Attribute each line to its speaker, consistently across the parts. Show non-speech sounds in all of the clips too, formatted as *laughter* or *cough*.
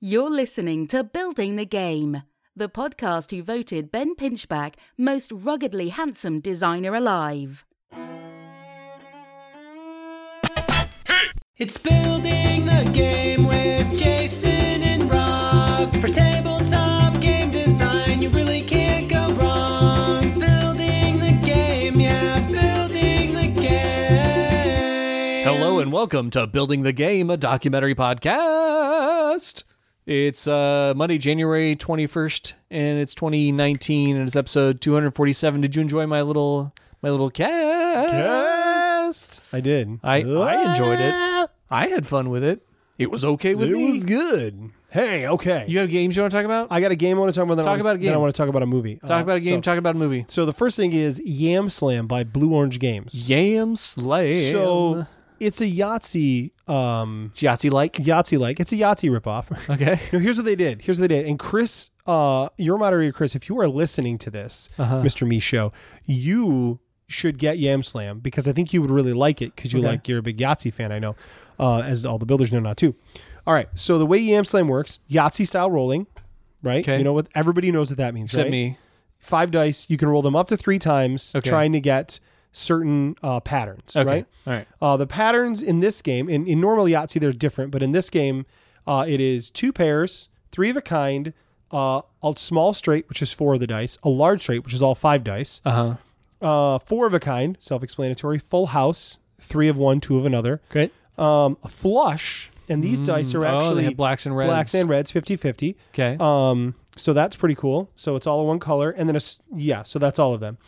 Speaker 1: You're listening to Building the Game, the podcast who voted Ben Pinchback most ruggedly handsome designer alive.
Speaker 2: It's building the game with Jason and Rob. For tabletop game design, you really can't go wrong. Building the game, yeah, building the game.
Speaker 3: Hello and welcome to Building the Game, a documentary podcast. It's uh, Monday, January 21st, and it's 2019, and it's episode 247. Did you enjoy my little my little cast?
Speaker 4: I did. Ah.
Speaker 3: I, I enjoyed it. I had fun with it. It was okay with
Speaker 4: it
Speaker 3: me.
Speaker 4: was good. Hey, okay.
Speaker 3: You have games you want to talk about?
Speaker 4: I got a game I want to talk about. Then I
Speaker 3: Talk
Speaker 4: wanna-
Speaker 3: about a
Speaker 4: Then I
Speaker 3: game.
Speaker 4: want to talk about a movie.
Speaker 3: talk
Speaker 4: Uh,
Speaker 3: about a game,
Speaker 4: So,
Speaker 3: talk about a movie.
Speaker 4: so the first thing is Yam Slam by Blue Orange Games.
Speaker 3: Yam Slay.
Speaker 4: So it's a Yahtzee, um,
Speaker 3: it's Yahtzee like.
Speaker 4: Yahtzee like. It's a Yahtzee ripoff.
Speaker 3: *laughs* Okay.
Speaker 4: *laughs* no, here's what they did. Here's what they did. And Chris, uh, your moderator, Chris, if you are listening to this,
Speaker 3: Uh-huh.
Speaker 4: Mr. Me Show, you should get Yam Slam because I think you would really like it because you
Speaker 3: Okay.
Speaker 4: like you're a big Yahtzee fan. I know, uh, as all the builders know now too. All right, so the way Yam Slam works, Yahtzee style rolling, right?
Speaker 3: Okay.
Speaker 4: You know what? Everybody knows what that means,
Speaker 3: Except
Speaker 4: right?
Speaker 3: me.
Speaker 4: Five dice. You can roll them up to three times,
Speaker 3: Okay.
Speaker 4: trying to get certain uh, patterns,
Speaker 3: Okay.
Speaker 4: right?
Speaker 3: All right.
Speaker 4: Uh, the patterns in this game, in, in normal Yahtzee, they're different, but in this game, uh, it is two pairs, three of a kind, uh, a small straight, which is four of the dice, a large straight, which is all five dice,
Speaker 3: Uh huh.
Speaker 4: uh, four of a kind, self explanatory, full house, three of one, two of another,
Speaker 3: Great.
Speaker 4: um, a flush, and these dice are
Speaker 3: oh, they
Speaker 4: actually
Speaker 3: have blacks and reds.
Speaker 4: blacks and reds, 50 50.
Speaker 3: Okay.
Speaker 4: Um, so that's pretty cool. So it's all one color, and then a s- yeah. So that's all of them.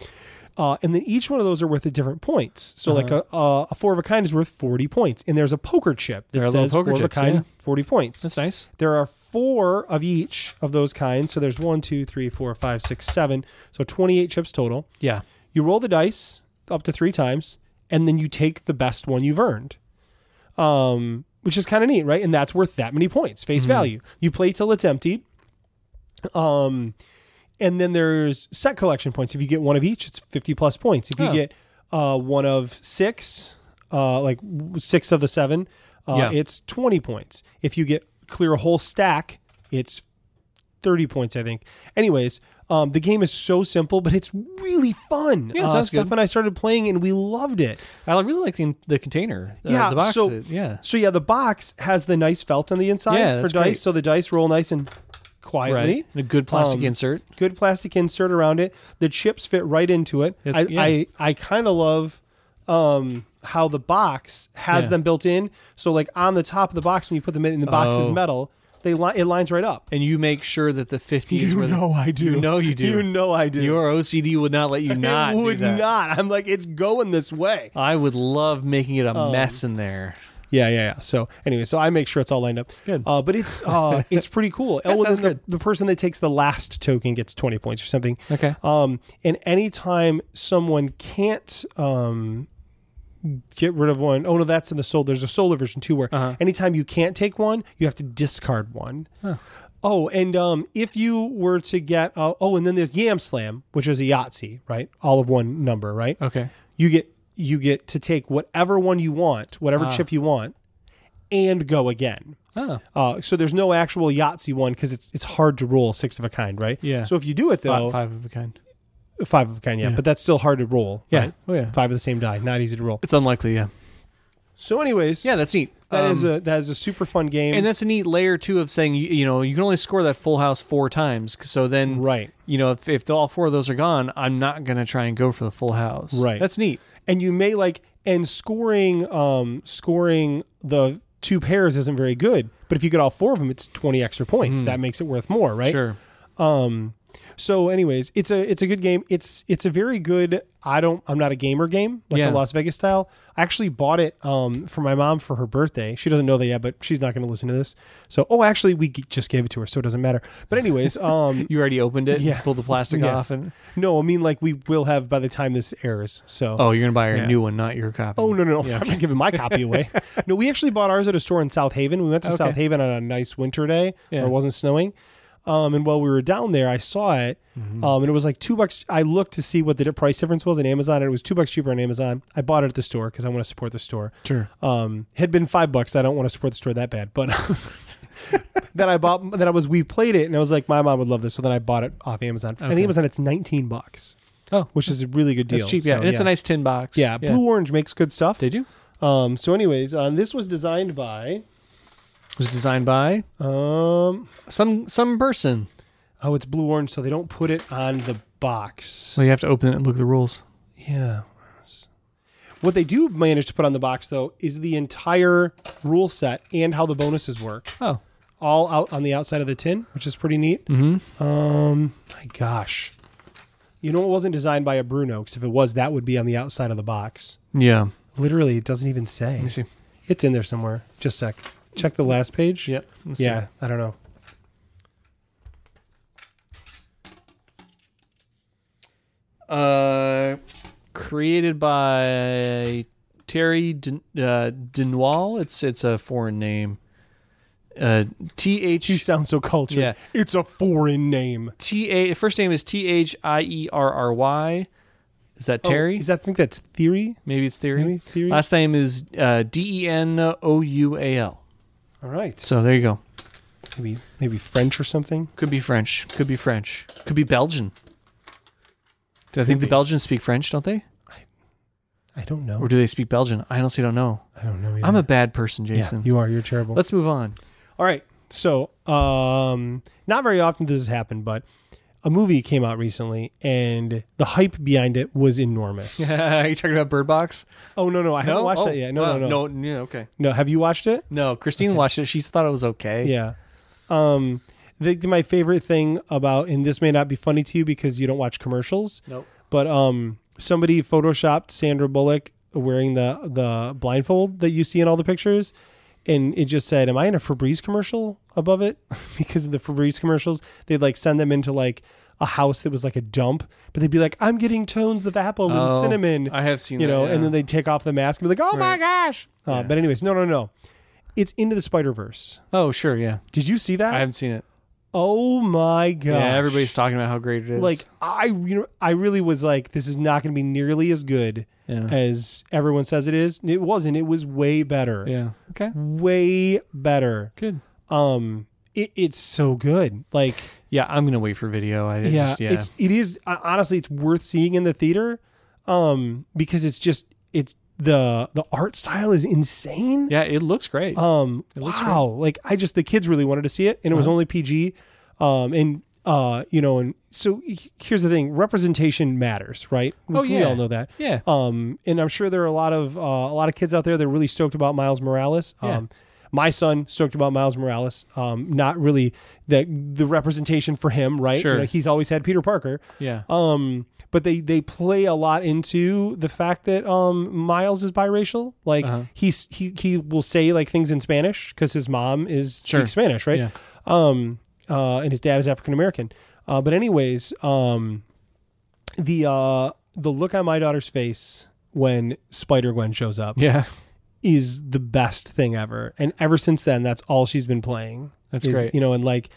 Speaker 4: Uh, and then each one of those are worth a different points. So like
Speaker 3: Uh-huh.
Speaker 4: a, a a four of a kind is worth forty points, and there's a poker chip that
Speaker 3: There are little
Speaker 4: says
Speaker 3: poker
Speaker 4: four
Speaker 3: chips,
Speaker 4: of a kind
Speaker 3: yeah.
Speaker 4: forty points.
Speaker 3: That's nice.
Speaker 4: There are four of each of those kinds. So there's one, two, three, four, five, six, seven. So twenty eight chips total.
Speaker 3: Yeah.
Speaker 4: You roll the dice up to three times, and then you take the best one you've earned, um, which is kind of neat, right? And that's worth that many points,
Speaker 3: Mm-hmm.
Speaker 4: face value. You play till it's emptied. Um, and then there's set collection points. If you get one of each, it's 50 plus points. If you
Speaker 3: Oh.
Speaker 4: get uh, one of six, uh, like w- six of the seven, uh,
Speaker 3: Yeah.
Speaker 4: it's 20 points. If you get clear a whole stack, it's 30 points, I think. Anyways, um, the game is so simple, but it's really fun.
Speaker 3: Yeah,
Speaker 4: uh,
Speaker 3: sounds
Speaker 4: Steph
Speaker 3: good.
Speaker 4: and I started playing, and we loved it.
Speaker 3: I really like the, the container. uh,
Speaker 4: yeah,
Speaker 3: the box.
Speaker 4: so
Speaker 3: that- yeah.
Speaker 4: So yeah, the box has the nice felt on the inside
Speaker 3: Yeah,
Speaker 4: for
Speaker 3: that's
Speaker 4: dice,
Speaker 3: great.
Speaker 4: so the dice roll nice and quietly.
Speaker 3: Right. And a good plastic
Speaker 4: Um,
Speaker 3: insert.
Speaker 4: Good plastic insert around it. The chips fit right into it.
Speaker 3: It's-
Speaker 4: I,
Speaker 3: yeah.
Speaker 4: I I kind of love um how the box has
Speaker 3: Yeah.
Speaker 4: them built in. So like on the top of the box, when you put them in, and the box is
Speaker 3: Oh.
Speaker 4: metal. They li- it lines right up.
Speaker 3: And you make sure that the 50 is
Speaker 4: You
Speaker 3: where the-
Speaker 4: know I do.
Speaker 3: You know you do.
Speaker 4: You know I do.
Speaker 3: Your OCD would not let you not
Speaker 4: *laughs* it would
Speaker 3: do that.
Speaker 4: not. I'm like, it's going this way.
Speaker 3: I would love making it a mess in there.
Speaker 4: Yeah, yeah, yeah. So anyway, so I make sure it's all lined up.
Speaker 3: Good.
Speaker 4: Uh, but it's *laughs* uh, it's pretty cool. oh,
Speaker 3: sounds
Speaker 4: then the,
Speaker 3: good.
Speaker 4: the person that takes the last token gets twenty points or something.
Speaker 3: Okay.
Speaker 4: Um, and anytime someone can't um, get rid of one, oh no, that's in the soul. There's a solar version too, where anytime you can't take one, you have to discard one. Oh, and um, if you were to get uh, oh, and then there's Yam Slam, which is a Yahtzee, right? All of one number, right?
Speaker 3: Okay.
Speaker 4: you get you get to take whatever one you want, whatever
Speaker 3: Ah.
Speaker 4: chip you want, and go again.
Speaker 3: Oh.
Speaker 4: Uh, so there's no actual Yahtzee one because it's it's hard to roll six of a kind, right?
Speaker 3: Yeah.
Speaker 4: So if you do it though,
Speaker 3: Five, five of a kind.
Speaker 4: five, of a kind, yeah, but that's still hard to roll.
Speaker 3: Yeah.
Speaker 4: right?
Speaker 3: Oh, yeah.
Speaker 4: Five of the same die, not easy to roll.
Speaker 3: It's unlikely, yeah.
Speaker 4: So, anyways,
Speaker 3: Yeah, that's neat.
Speaker 4: that is
Speaker 3: Um,
Speaker 4: a that is a super fun game.
Speaker 3: and that's a neat layer too of saying you, you know you can only score that full house four times. So then,
Speaker 4: Right.
Speaker 3: You know, if, if all four of those are gone, I'm not gonna try and go for the full house.
Speaker 4: Right.
Speaker 3: That's neat.
Speaker 4: and you may like and scoring um scoring the two pairs isn't very good, but if you get all four of them, it's twenty extra
Speaker 3: Hmm.
Speaker 4: points. That makes it worth more, right?
Speaker 3: Sure.
Speaker 4: So, anyways, it's a it's a good game. It's it's a very good. I don't. I'm not a gamer game like
Speaker 3: Yeah.
Speaker 4: a Las Vegas style. I actually bought it um, for my mom for her birthday. She doesn't know that yet, but she's not going to listen to this. So, oh, actually, we g- just gave it to her, so it doesn't matter.
Speaker 3: *laughs*
Speaker 4: But anyways, um,
Speaker 3: You already opened it.
Speaker 4: Yeah.
Speaker 3: Pulled the plastic
Speaker 4: yes.
Speaker 3: off. And,
Speaker 4: no, I mean like we will have by the time this airs. So,
Speaker 3: oh, you're gonna buy her a
Speaker 4: Yeah.
Speaker 3: new one, not your copy.
Speaker 4: Oh, no, no, no! *laughs* I'm not giving my copy away.
Speaker 3: *laughs*
Speaker 4: no, we actually bought ours at a store in South Haven. We went to
Speaker 3: Okay.
Speaker 4: South Haven on a nice winter day,
Speaker 3: Yeah.
Speaker 4: where it wasn't snowing. Um, and while we were down there, I saw it,
Speaker 3: Mm-hmm.
Speaker 4: um, and it was like two bucks. I looked to see what the price difference was on Amazon, and it was two bucks cheaper on Amazon. I bought it at the store because I want to support the store.
Speaker 3: Sure.
Speaker 4: Um, had been five bucks. I don't want to support the store that bad, but *laughs* that I bought that I was we played it and I was like my mom would love this so then I bought it off Amazon and Amazon it's 19 bucks
Speaker 3: Oh,
Speaker 4: which is a really good deal
Speaker 3: it's cheap. Yeah,
Speaker 4: So,
Speaker 3: and it's a nice tin box.
Speaker 4: yeah, Blue Orange makes good stuff
Speaker 3: They do.
Speaker 4: um so anyways um, this was designed by
Speaker 3: It was designed by
Speaker 4: um
Speaker 3: some some person.
Speaker 4: oh it's Blue Orange so they don't put it on the box
Speaker 3: So you have to open it and look at the rules.
Speaker 4: yeah what they do manage to put on the box though is the entire rule set and how the bonuses work
Speaker 3: Oh,
Speaker 4: all out on the outside of the tin, which is pretty neat. Mm-hmm. Um, my gosh, you know it wasn't designed by a Bruno because if it was, that would be on the outside of the box.
Speaker 3: yeah.
Speaker 4: Literally, it doesn't even say.
Speaker 3: Let me see.
Speaker 4: It's in there somewhere. Just a sec. Check the last page.
Speaker 3: Yep. Let's see.
Speaker 4: Yeah, I don't know.
Speaker 3: Uh, created by Terry Den- uh, Denwall. It's it's a foreign name. Uh, T
Speaker 4: You
Speaker 3: H
Speaker 4: sound so cultured.
Speaker 3: Yeah.
Speaker 4: It's a foreign name.
Speaker 3: T A. First name is T H I E R R Y. Is that Terry?
Speaker 4: Oh, Is that I think that's theory?
Speaker 3: Maybe it's theory.
Speaker 4: Maybe Theory?
Speaker 3: Last name is uh, D E N O U A L.
Speaker 4: All right.
Speaker 3: So there you go.
Speaker 4: Maybe maybe French or something.
Speaker 3: Could be French. Could be French. Could be Belgian. Do I think
Speaker 4: Could
Speaker 3: the
Speaker 4: be.
Speaker 3: Belgians speak French? Don't they?
Speaker 4: I don't know.
Speaker 3: Or do they speak Belgian? I honestly don't know.
Speaker 4: I don't know.
Speaker 3: I'm a
Speaker 4: either.
Speaker 3: bad person,
Speaker 4: yeah.
Speaker 3: Jason.
Speaker 4: You are. You're terrible.
Speaker 3: Let's move on.
Speaker 4: All right. So, um, not very often this has happened, but a movie came out recently and the hype behind it was
Speaker 3: *laughs*
Speaker 4: enormous.
Speaker 3: Are *laughs* you talking about Bird Box?
Speaker 4: oh, no, no. I haven't watched
Speaker 3: Oh,
Speaker 4: that yet. No,
Speaker 3: wow.
Speaker 4: no, no,
Speaker 3: no. yeah, okay.
Speaker 4: no. Have you watched it?
Speaker 3: No, Christine watched it. She thought it was okay.
Speaker 4: Yeah. Um, the, my favorite thing about, and this may not be funny to you because you don't watch commercials,
Speaker 3: Nope.
Speaker 4: but um, somebody photoshopped Sandra Bullock wearing the the blindfold that you see in all the pictures, and it just said, "Am I in a Febreze commercial?" Above it, *laughs* because of the Febreze commercials, they'd like send them into like a house that was like a dump, but they'd be like, "I'm getting tones of apple
Speaker 3: Oh,
Speaker 4: and cinnamon."
Speaker 3: I have seen
Speaker 4: you
Speaker 3: that,
Speaker 4: know,
Speaker 3: yeah.
Speaker 4: and then they'd take off the mask and be like, "Oh my
Speaker 3: Right.
Speaker 4: gosh!" Uh, But anyways, no, no, no, it's into the Spider Verse.
Speaker 3: Oh, sure. Yeah.
Speaker 4: Did you see that?
Speaker 3: I haven't seen it.
Speaker 4: oh my god!
Speaker 3: Yeah. Everybody's talking about how great it is.
Speaker 4: like I you know I really was like this is not going to be nearly as good
Speaker 3: Yeah.
Speaker 4: as everyone says it is. It wasn't. It was way better.
Speaker 3: yeah. Okay.
Speaker 4: Way better.
Speaker 3: Good.
Speaker 4: Um it, it's so good. Like
Speaker 3: Yeah. I'm going to wait for video. I
Speaker 4: yeah,
Speaker 3: just, yeah.
Speaker 4: it's it is uh, honestly it's worth seeing in the theater um because it's just it's the the art style is insane.
Speaker 3: yeah. It looks great. Uh-huh.
Speaker 4: Um, wow. Like I just the kids really wanted to see it, and it was only PG. Um, and uh, you know, and so he- here's the thing: representation matters, right? We,
Speaker 3: Oh,
Speaker 4: we
Speaker 3: yeah.
Speaker 4: all know that.
Speaker 3: yeah.
Speaker 4: Um, and I'm sure there are a lot of uh, a lot of kids out there that are really stoked about Miles Morales.
Speaker 3: Yeah.
Speaker 4: Um, my son stoked about Miles Morales. Um, not really the the representation for him, right? You
Speaker 3: Sure.
Speaker 4: know, he's always had Peter Parker.
Speaker 3: yeah.
Speaker 4: Um, but they they play a lot into the fact that um Miles is biracial. Like
Speaker 3: Uh-huh.
Speaker 4: he's he he will say like things in Spanish because his mom is
Speaker 3: Sure.
Speaker 4: speaks Spanish, right?
Speaker 3: Yeah.
Speaker 4: Um, uh, and his dad is African American. Uh, but anyways, um, the uh the look on my daughter's face when Spider Gwen shows up
Speaker 3: yeah.
Speaker 4: is the best thing ever. And ever since then, that's all she's been playing.
Speaker 3: That's
Speaker 4: is,
Speaker 3: great.
Speaker 4: You know, and like,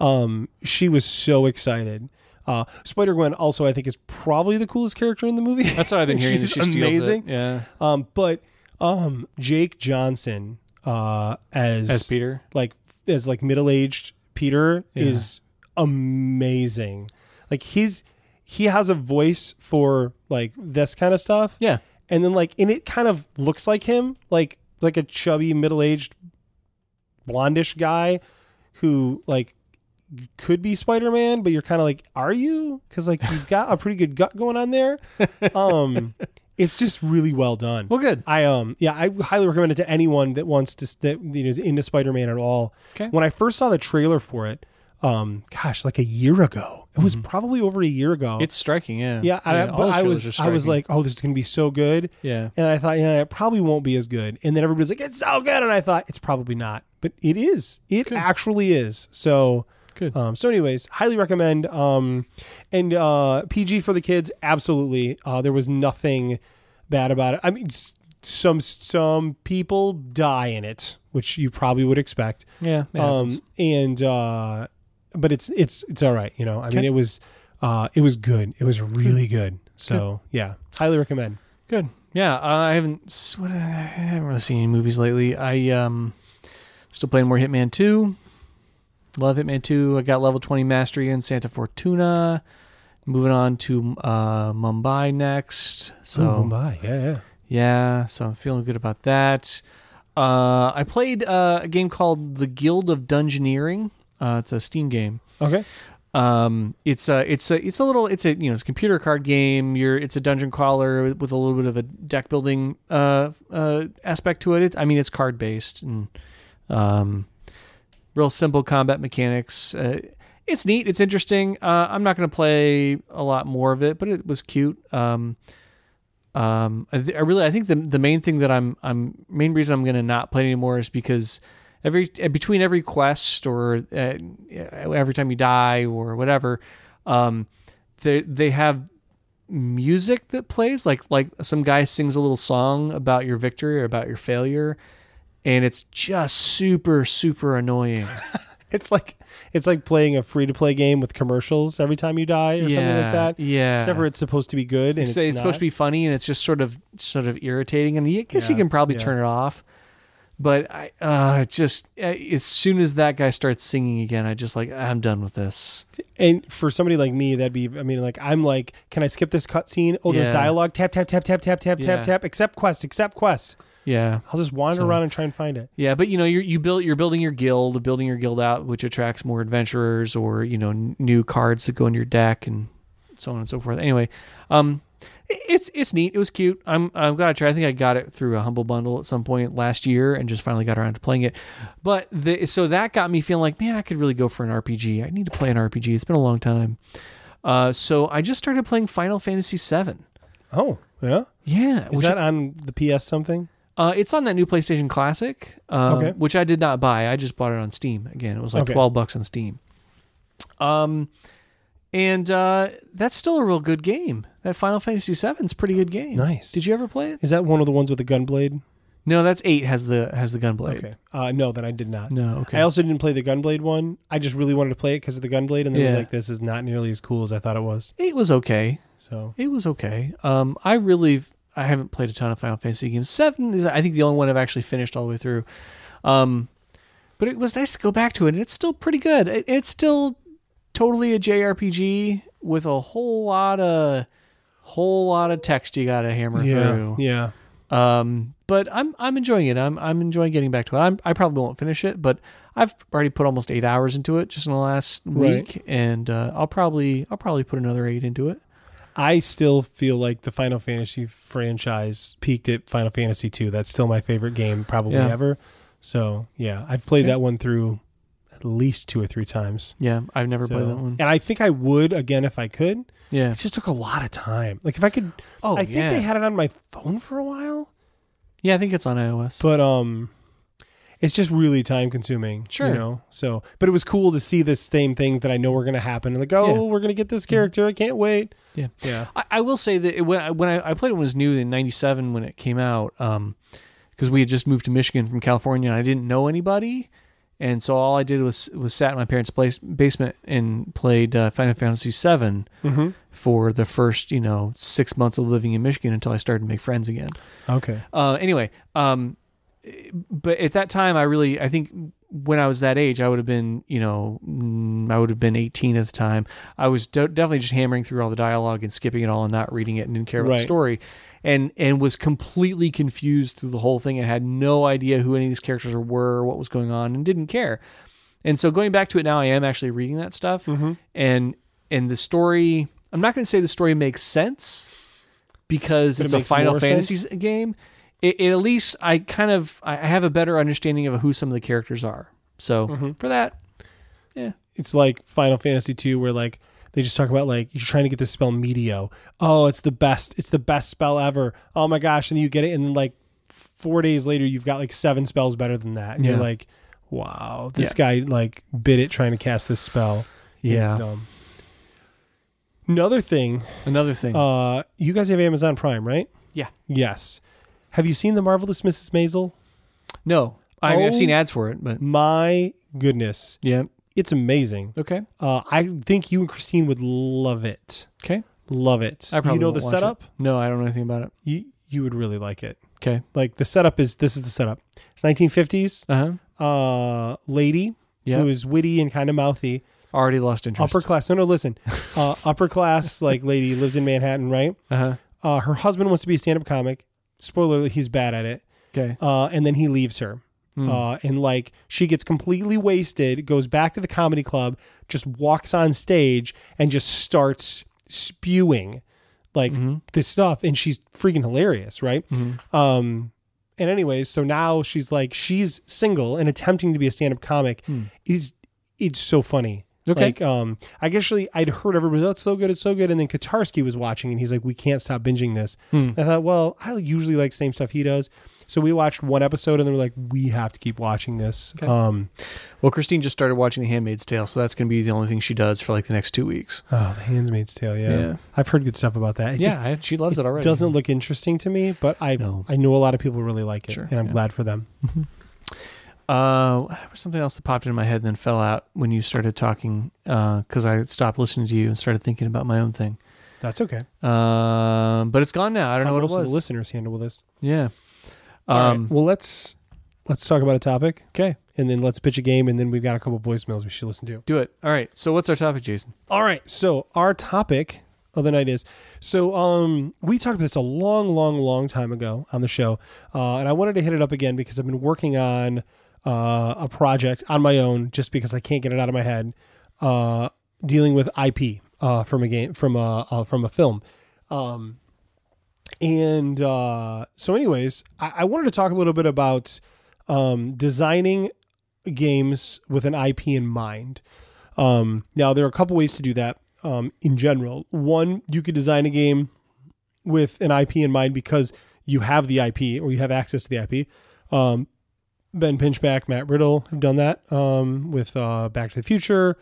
Speaker 4: um, she was so excited. Uh, Spider Gwen also, I think, is probably the coolest character in the
Speaker 3: *laughs*
Speaker 4: movie.
Speaker 3: That's what I've been hearing. that
Speaker 4: She's
Speaker 3: she steals
Speaker 4: amazing.
Speaker 3: It. Yeah.
Speaker 4: *laughs* Um, but um, Jake Johnson uh, as
Speaker 3: As Peter.
Speaker 4: like as like middle aged Peter
Speaker 3: Yeah.
Speaker 4: is amazing. Like he's he has a voice for like this kind of stuff
Speaker 3: Yeah.
Speaker 4: and then like and it kind of looks like him like like a chubby middle-aged blondish guy who like could be spider-man but you're kind of like are you because like you've got a pretty good gut going
Speaker 3: *laughs*
Speaker 4: on there um it's just really well done
Speaker 3: Well, good.
Speaker 4: I um yeah, I highly recommend it to anyone that wants to that you know, is into Spider-Man at all.
Speaker 3: Okay.
Speaker 4: When I first saw the trailer for it, um gosh, like a year ago. It was probably over a year ago.
Speaker 3: Mm-hmm. It's striking. Yeah.
Speaker 4: Oh. yeah, I,
Speaker 3: all
Speaker 4: but
Speaker 3: those
Speaker 4: I
Speaker 3: trailers
Speaker 4: was
Speaker 3: are
Speaker 4: I was
Speaker 3: striking.
Speaker 4: like, "Oh, this is going to be so good."
Speaker 3: yeah.
Speaker 4: And I thought, yeah, it probably won't be as good. And then everybody's like, it's so good. And I thought, it's probably not. But it is. It actually is. So
Speaker 3: Good.
Speaker 4: um, so anyways, highly recommend. Um and uh PG for the kids, absolutely. Uh there was nothing bad about it. I mean s- some some people die in it, which you probably would expect.
Speaker 3: yeah. it
Speaker 4: Um
Speaker 3: happens.
Speaker 4: and uh but it's it's it's all right, you know. I mean
Speaker 3: Okay.
Speaker 4: it was uh it was good. It was really good. So yeah, highly recommend.
Speaker 3: uh, Good. Yeah, I haven't. s- What did I, I haven't really seen any movies lately. I um, Still playing more Hitman 2. Love Hitman 2. I got level 20 mastery in Santa Fortuna. Moving on to uh, Mumbai next. So
Speaker 4: Oh my, yeah, yeah.
Speaker 3: yeah, so I'm feeling good about that. Uh, I played uh, a game called The Guild of Dungeoneering. Uh, it's a Steam game.
Speaker 4: Okay.
Speaker 3: Um, it's a it's a it's a little it's a you know it's a computer card game. You're it's a dungeon crawler with a little bit of a deck building uh, uh, aspect to it. It's I mean it's card based and um, real simple combat mechanics. Uh, it's neat. It's interesting. Uh, I'm not going to play a lot more of it, but it was cute. Um, um, I, th- I really I think the the main thing that I'm I'm main reason I'm going to not play anymore is because every eh, between every quest or uh, every time you die or whatever, um, they they have music that plays like like some guy sings a little song about your victory or about your failure and it's just super super annoying
Speaker 4: It's like it's like playing a free to play game with commercials every time you die *laughs* or something like that.
Speaker 3: yeah
Speaker 4: Except for it's supposed to be good and
Speaker 3: it's,
Speaker 4: it's,
Speaker 3: it's supposed to be funny and it's just sort of sort of irritating and i guess you
Speaker 4: Yeah,
Speaker 3: can probably
Speaker 4: yeah.
Speaker 3: turn it off but i uh it's just uh, as soon as that guy starts singing again i just like i'm done with this
Speaker 4: and for somebody like me, that'd be I mean, like I'm like, can I skip this cutscene? Oh, there's
Speaker 3: Yeah.
Speaker 4: dialogue. Tap tap tap tap tap tap
Speaker 3: Yeah.
Speaker 4: tap tap. Accept quest. Accept quest.
Speaker 3: yeah
Speaker 4: I'll just wander
Speaker 3: So-
Speaker 4: around and try and find it.
Speaker 3: Yeah, but you know, you're you build you're building your guild, building your guild out, which attracts more adventurers or you know n- new cards that go in your deck and so on and so forth. Anyway, um, i- it's it's neat. It was cute. I'm I'm glad I tried. I think I got it through a humble bundle at some point last year and just finally got around to playing it. But the, so that got me feeling like, man, I could really go for an RPG. I need to play an RPG. It's been a long time. Uh, so I just started playing Final Fantasy VII.
Speaker 4: Oh, yeah.
Speaker 3: Yeah,
Speaker 4: Is
Speaker 3: which
Speaker 4: that on the PS something?
Speaker 3: uh, it's on that new PlayStation Classic, um,
Speaker 4: Okay.
Speaker 3: which I did not buy. I just bought it on Steam. Again, it was like
Speaker 4: Okay.
Speaker 3: twelve bucks on Steam. Um, and uh, that's still a real good game. That Final Fantasy VII's pretty good game.
Speaker 4: Nice.
Speaker 3: Did you ever play it?
Speaker 4: Is that one of the ones with the gun blade?
Speaker 3: No, that's eight has the has the gunblade.
Speaker 4: Okay. Uh, no, then I did not.
Speaker 3: No, okay.
Speaker 4: I also didn't play the Gunblade one. I just really wanted to play it because of the Gunblade, and then it was
Speaker 3: Yeah.
Speaker 4: like, "This is not nearly as cool as I thought it was."
Speaker 3: eight was okay.
Speaker 4: So
Speaker 3: It was okay. Um, I really I haven't played a ton of Final Fantasy games. Seven is I think the only one I've actually finished all the way through. Um, but it was nice to go back to it, and it's still pretty good. It, it's still totally a JRPG with a whole lot of whole lot of text you got to hammer through.
Speaker 4: yeah,
Speaker 3: Um, but I'm I'm enjoying it. I'm I'm enjoying getting back to it. I'm, I probably won't finish it, but I've already put almost eight hours into it just in the last
Speaker 4: Right.
Speaker 3: week, and uh, I'll probably I'll probably put another eight into it.
Speaker 4: I still feel like the Final Fantasy franchise peaked at Final Fantasy two. That's still my favorite game probably
Speaker 3: Yeah.
Speaker 4: ever. So yeah, I've played
Speaker 3: Okay.
Speaker 4: that one through at least two or three times.
Speaker 3: Yeah, I've never
Speaker 4: So-
Speaker 3: played that one.
Speaker 4: and I think I would again if I could.
Speaker 3: Yeah.
Speaker 4: It just took a lot of time. Like if I could,
Speaker 3: Oh,
Speaker 4: I think
Speaker 3: yeah.
Speaker 4: they had it on my phone for a while.
Speaker 3: yeah, I think it's on iOS.
Speaker 4: but um it's just really time consuming
Speaker 3: Sure.
Speaker 4: you know so but it was cool to see the same things that i know were going to happen and like oh
Speaker 3: Yeah.
Speaker 4: we're going to get this character i can't wait
Speaker 3: yeah.
Speaker 4: yeah
Speaker 3: I, I will say that it, when I, when I, I played it when it was new in '97 when it came out, um, because we had just moved to Michigan from California, and I didn't know anybody, and so all I did was was sat in my parents' place basement and played uh, Final Fantasy VII
Speaker 4: Mm-hmm.
Speaker 3: for the first you know six months of living in Michigan until I started to make friends again.
Speaker 4: okay
Speaker 3: Uh, anyway, um, but at that time, I really, I think when I was that age, I would have been, you know, mm, I would have been 18 at the time. I was de- definitely just hammering through all the dialogue and skipping it all and not reading it and didn't care about the
Speaker 4: Right.
Speaker 3: story, and and was completely confused through the whole thing and had no idea who any of these characters were, what was going on, and didn't care. And so going back to it now, I am actually reading that stuff, and and the story. I'm not going to say the story makes sense because
Speaker 4: But it
Speaker 3: it's a
Speaker 4: makes
Speaker 3: Final
Speaker 4: more
Speaker 3: Fantasy
Speaker 4: sense?
Speaker 3: game. It, it at least I kind of I I have a better understanding of who some of the characters are. So
Speaker 4: Mm-hmm.
Speaker 3: for that, yeah,
Speaker 4: it's like final fantasy 2 where like they just talk about like you're trying to get this spell medio oh it's the best it's the best spell ever oh my gosh and you get it and like four days later you've got like seven spells better than that and
Speaker 3: Yeah.
Speaker 4: you're like wow this guy like bit it trying to cast this spell He's
Speaker 3: Yeah.
Speaker 4: dumb. another thing
Speaker 3: another thing.
Speaker 4: Uh, you guys have Amazon Prime, right?
Speaker 3: yeah,
Speaker 4: Yes. Have you seen the marvelous Mrs. Maisel?
Speaker 3: no, I, I've
Speaker 4: Oh.
Speaker 3: seen ads for it, but
Speaker 4: My goodness,
Speaker 3: yeah,
Speaker 4: it's amazing.
Speaker 3: okay,
Speaker 4: Uh, I think you and Christine would love it.
Speaker 3: okay.
Speaker 4: Love it.
Speaker 3: I probably
Speaker 4: you know
Speaker 3: won't
Speaker 4: the
Speaker 3: watch it.
Speaker 4: setup.
Speaker 3: No, I don't know anything about it.
Speaker 4: You you would really like it.
Speaker 3: Okay,
Speaker 4: Like the setup is this is the setup. It's 1950s.
Speaker 3: uh huh.
Speaker 4: uh, lady
Speaker 3: Yeah.
Speaker 4: who is witty and kind of mouthy.
Speaker 3: Already lost interest.
Speaker 4: Upper class. No, no,
Speaker 3: *laughs*
Speaker 4: listen. Uh, upper class, like lady lives in Manhattan, right?
Speaker 3: uh-huh.
Speaker 4: Uh, her husband wants to be a stand up comic. Spoiler, he's bad at it.
Speaker 3: Okay.
Speaker 4: Uh, and then he leaves her. Uh, and like she gets completely wasted, goes back to the comedy club, just walks on stage and just starts spewing like this stuff. And she's freaking hilarious, right? Um, and anyways, so now she's like, she's single and attempting to be a stand up comic. It's, it's so funny.
Speaker 3: Hmm. Okay.
Speaker 4: Like, um, I guess really I'd heard everybody, that's so good, it's so good. And then Katarski was watching and he's like, we can't stop binging this.
Speaker 3: Hmm.
Speaker 4: I thought, well, I usually like same stuff he does. So we watched one episode and then we're like, we have to keep watching this. Um,
Speaker 3: Well, Christine just started watching The Handmaid's Tale, so that's going to be the only thing she does for like the next two weeks.
Speaker 4: oh, The Handmaid's Tale. Yeah.
Speaker 3: Yeah.
Speaker 4: I've heard good stuff about that. It just
Speaker 3: yeah, I- she loves it already.
Speaker 4: doesn't look interesting to me, but I,
Speaker 3: No.
Speaker 4: I know a lot of people really like it
Speaker 3: Sure,
Speaker 4: and I'm
Speaker 3: yeah.
Speaker 4: glad for them.
Speaker 3: Uh, there was something else that popped into my head and then fell out when you started talking because I stopped listening to you and started thinking about my own thing.
Speaker 4: That's okay.
Speaker 3: Um, but it's gone now. I don't know
Speaker 4: How
Speaker 3: what it
Speaker 4: most of
Speaker 3: was.
Speaker 4: The listeners handle this.
Speaker 3: Yeah.
Speaker 4: All right.
Speaker 3: Um,
Speaker 4: Well, let's, let's talk about a topic
Speaker 3: Okay.
Speaker 4: and then let's pitch a game. And then we've got a couple voicemails we should listen to.
Speaker 3: Do it. All right. So what's our topic, Jason?
Speaker 4: All right. So our topic of the night is so um we talked about this a long, long, long time ago on the show, uh, and I wanted to hit it up again because I've been working on uh, a project on my own just because I can't get it out of my head, uh, dealing with IP uh, from a game from a uh, from a film. Um, and uh, so, anyways, I-, I wanted to talk a little bit about um, designing games with an IP in mind. Um, now, there are a couple ways to do that um, in general. One, you could design a game with an IP in mind because you have the IP or you have access to the IP. Um, ben Pinchback, Matt Riddle have done that um, with uh, Back to the Future.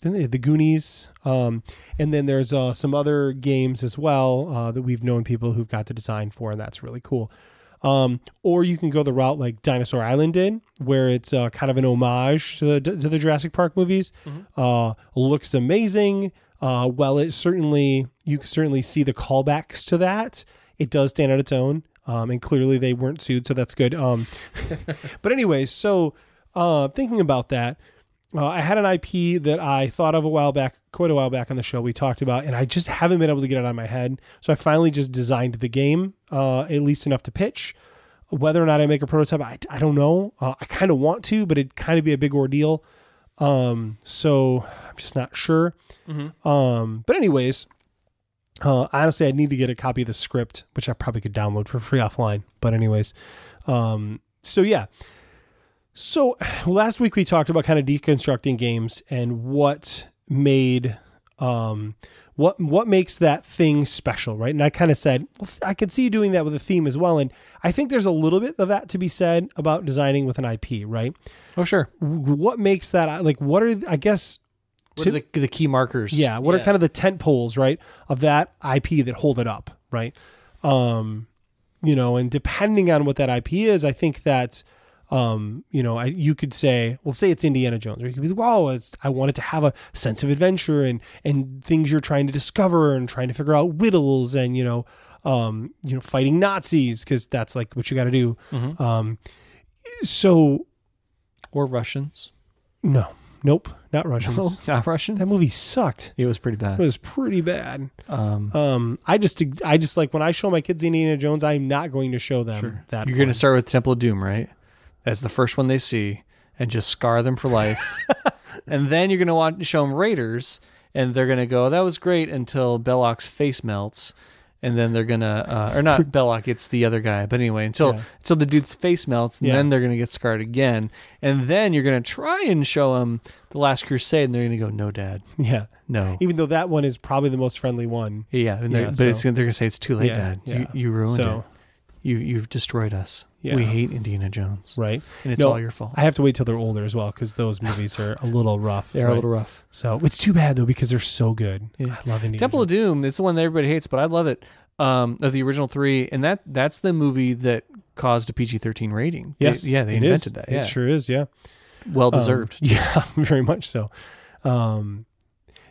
Speaker 4: Then they had the Goonies. Um, and then there's uh, some other games as well uh, that we've known people who've got to design for, and that's really cool. Um, or you can go the route like Dinosaur Island did, where it's uh, kind of an homage to the, to the Jurassic Park movies. Uh, looks amazing. Uh, well, it certainly you can certainly see the callbacks to that. It does stand on its own, um, and clearly they weren't sued, so that's good. Um, but anyway, so uh, thinking about that, uh, I had an IP that I thought of a while back, quite a while back on the show we talked about, and I just haven't been able to get it out of my head. So I finally just designed the game, uh, at least enough to pitch. Whether or not I make a prototype, I, I don't know. Uh, I kind of want to, but it'd kind of be a big ordeal. Um, so I'm just not sure. Um, but anyways, uh, honestly, I need to get a copy of the script, which I probably could download for free *laughs* offline. But anyways, um, so yeah. So *sighs* last week we talked about kind of deconstructing games and what made um what what makes that thing special, right? And I kind of said well, I could see you doing that with a theme as well, and I think there's a little bit of that to be said about designing with an IP, right?
Speaker 3: Oh, sure.
Speaker 4: W- What makes that like? What are I guess
Speaker 3: What
Speaker 4: To-
Speaker 3: are the, the key markers?
Speaker 4: yeah. What are kind of the tent poles, right, of that IP that hold it up, right? Um, you know, and depending on what that IP is, I think that, um, you know, I, you could say, well, say it's Indiana Jones, or you could be, wow, it's, I want it to have a sense of adventure and and things you're trying to discover and trying to figure out riddles and you know, um, you know, fighting Nazis because that's like what you got to do. Um, so
Speaker 3: Or *laughs* Russians.
Speaker 4: no, nope, not Russians.
Speaker 3: Not Oh, Russians.
Speaker 4: That movie sucked.
Speaker 3: It was pretty
Speaker 4: It
Speaker 3: bad.
Speaker 4: was pretty bad.
Speaker 3: Um,
Speaker 4: Um, I just, I just like when I show my kids Indiana Jones, I'm not going to show them Um, that.
Speaker 3: You're going
Speaker 4: one.
Speaker 3: to start with Temple of Doom, right? That's the first one they see, and just scar them for
Speaker 4: *laughs*
Speaker 3: life. and then you're going to want show them Raiders, and they're going to go, "That was great," until Belloc's face melts, and then they're going to, uh, or
Speaker 4: *laughs*
Speaker 3: not Belloc, it's the other guy. But anyway, until until the dude's face melts, and
Speaker 4: Yeah.
Speaker 3: then they're going to get scarred again, and then you're going to try and show them the Last Crusade, and they're going to go, "No, Dad,
Speaker 4: yeah.
Speaker 3: no."
Speaker 4: Even though that one is probably the most friendly one.
Speaker 3: Yeah, and they're,
Speaker 4: E Yeah,
Speaker 3: but
Speaker 4: so-
Speaker 3: it's they're gonna say it's too late,
Speaker 4: Yeah,
Speaker 3: Dad.
Speaker 4: yeah.
Speaker 3: You, you ruined
Speaker 4: So-
Speaker 3: it. You you've destroyed us.
Speaker 4: Yeah.
Speaker 3: We hate Indiana Jones,
Speaker 4: Right.
Speaker 3: and it's
Speaker 4: No,
Speaker 3: all your fault.
Speaker 4: *laughs* I have to wait till they're older as well because those movies are a little rough.
Speaker 3: They're
Speaker 4: right?
Speaker 3: a little rough.
Speaker 4: So it's too bad though because they're so good.
Speaker 3: Yeah.
Speaker 4: I love Indiana.
Speaker 3: Temple
Speaker 4: Jones.
Speaker 3: of Doom. It's the one that everybody hates, but I love it. Um, of the original three, and that that's the movie that caused a PG thirteen rating. They-
Speaker 4: Yes.
Speaker 3: yeah, they
Speaker 4: it is.
Speaker 3: invented that. Yeah,
Speaker 4: It sure is. *laughs* Yeah.
Speaker 3: well
Speaker 4: Um,
Speaker 3: deserved.
Speaker 4: yeah, very much so. Um,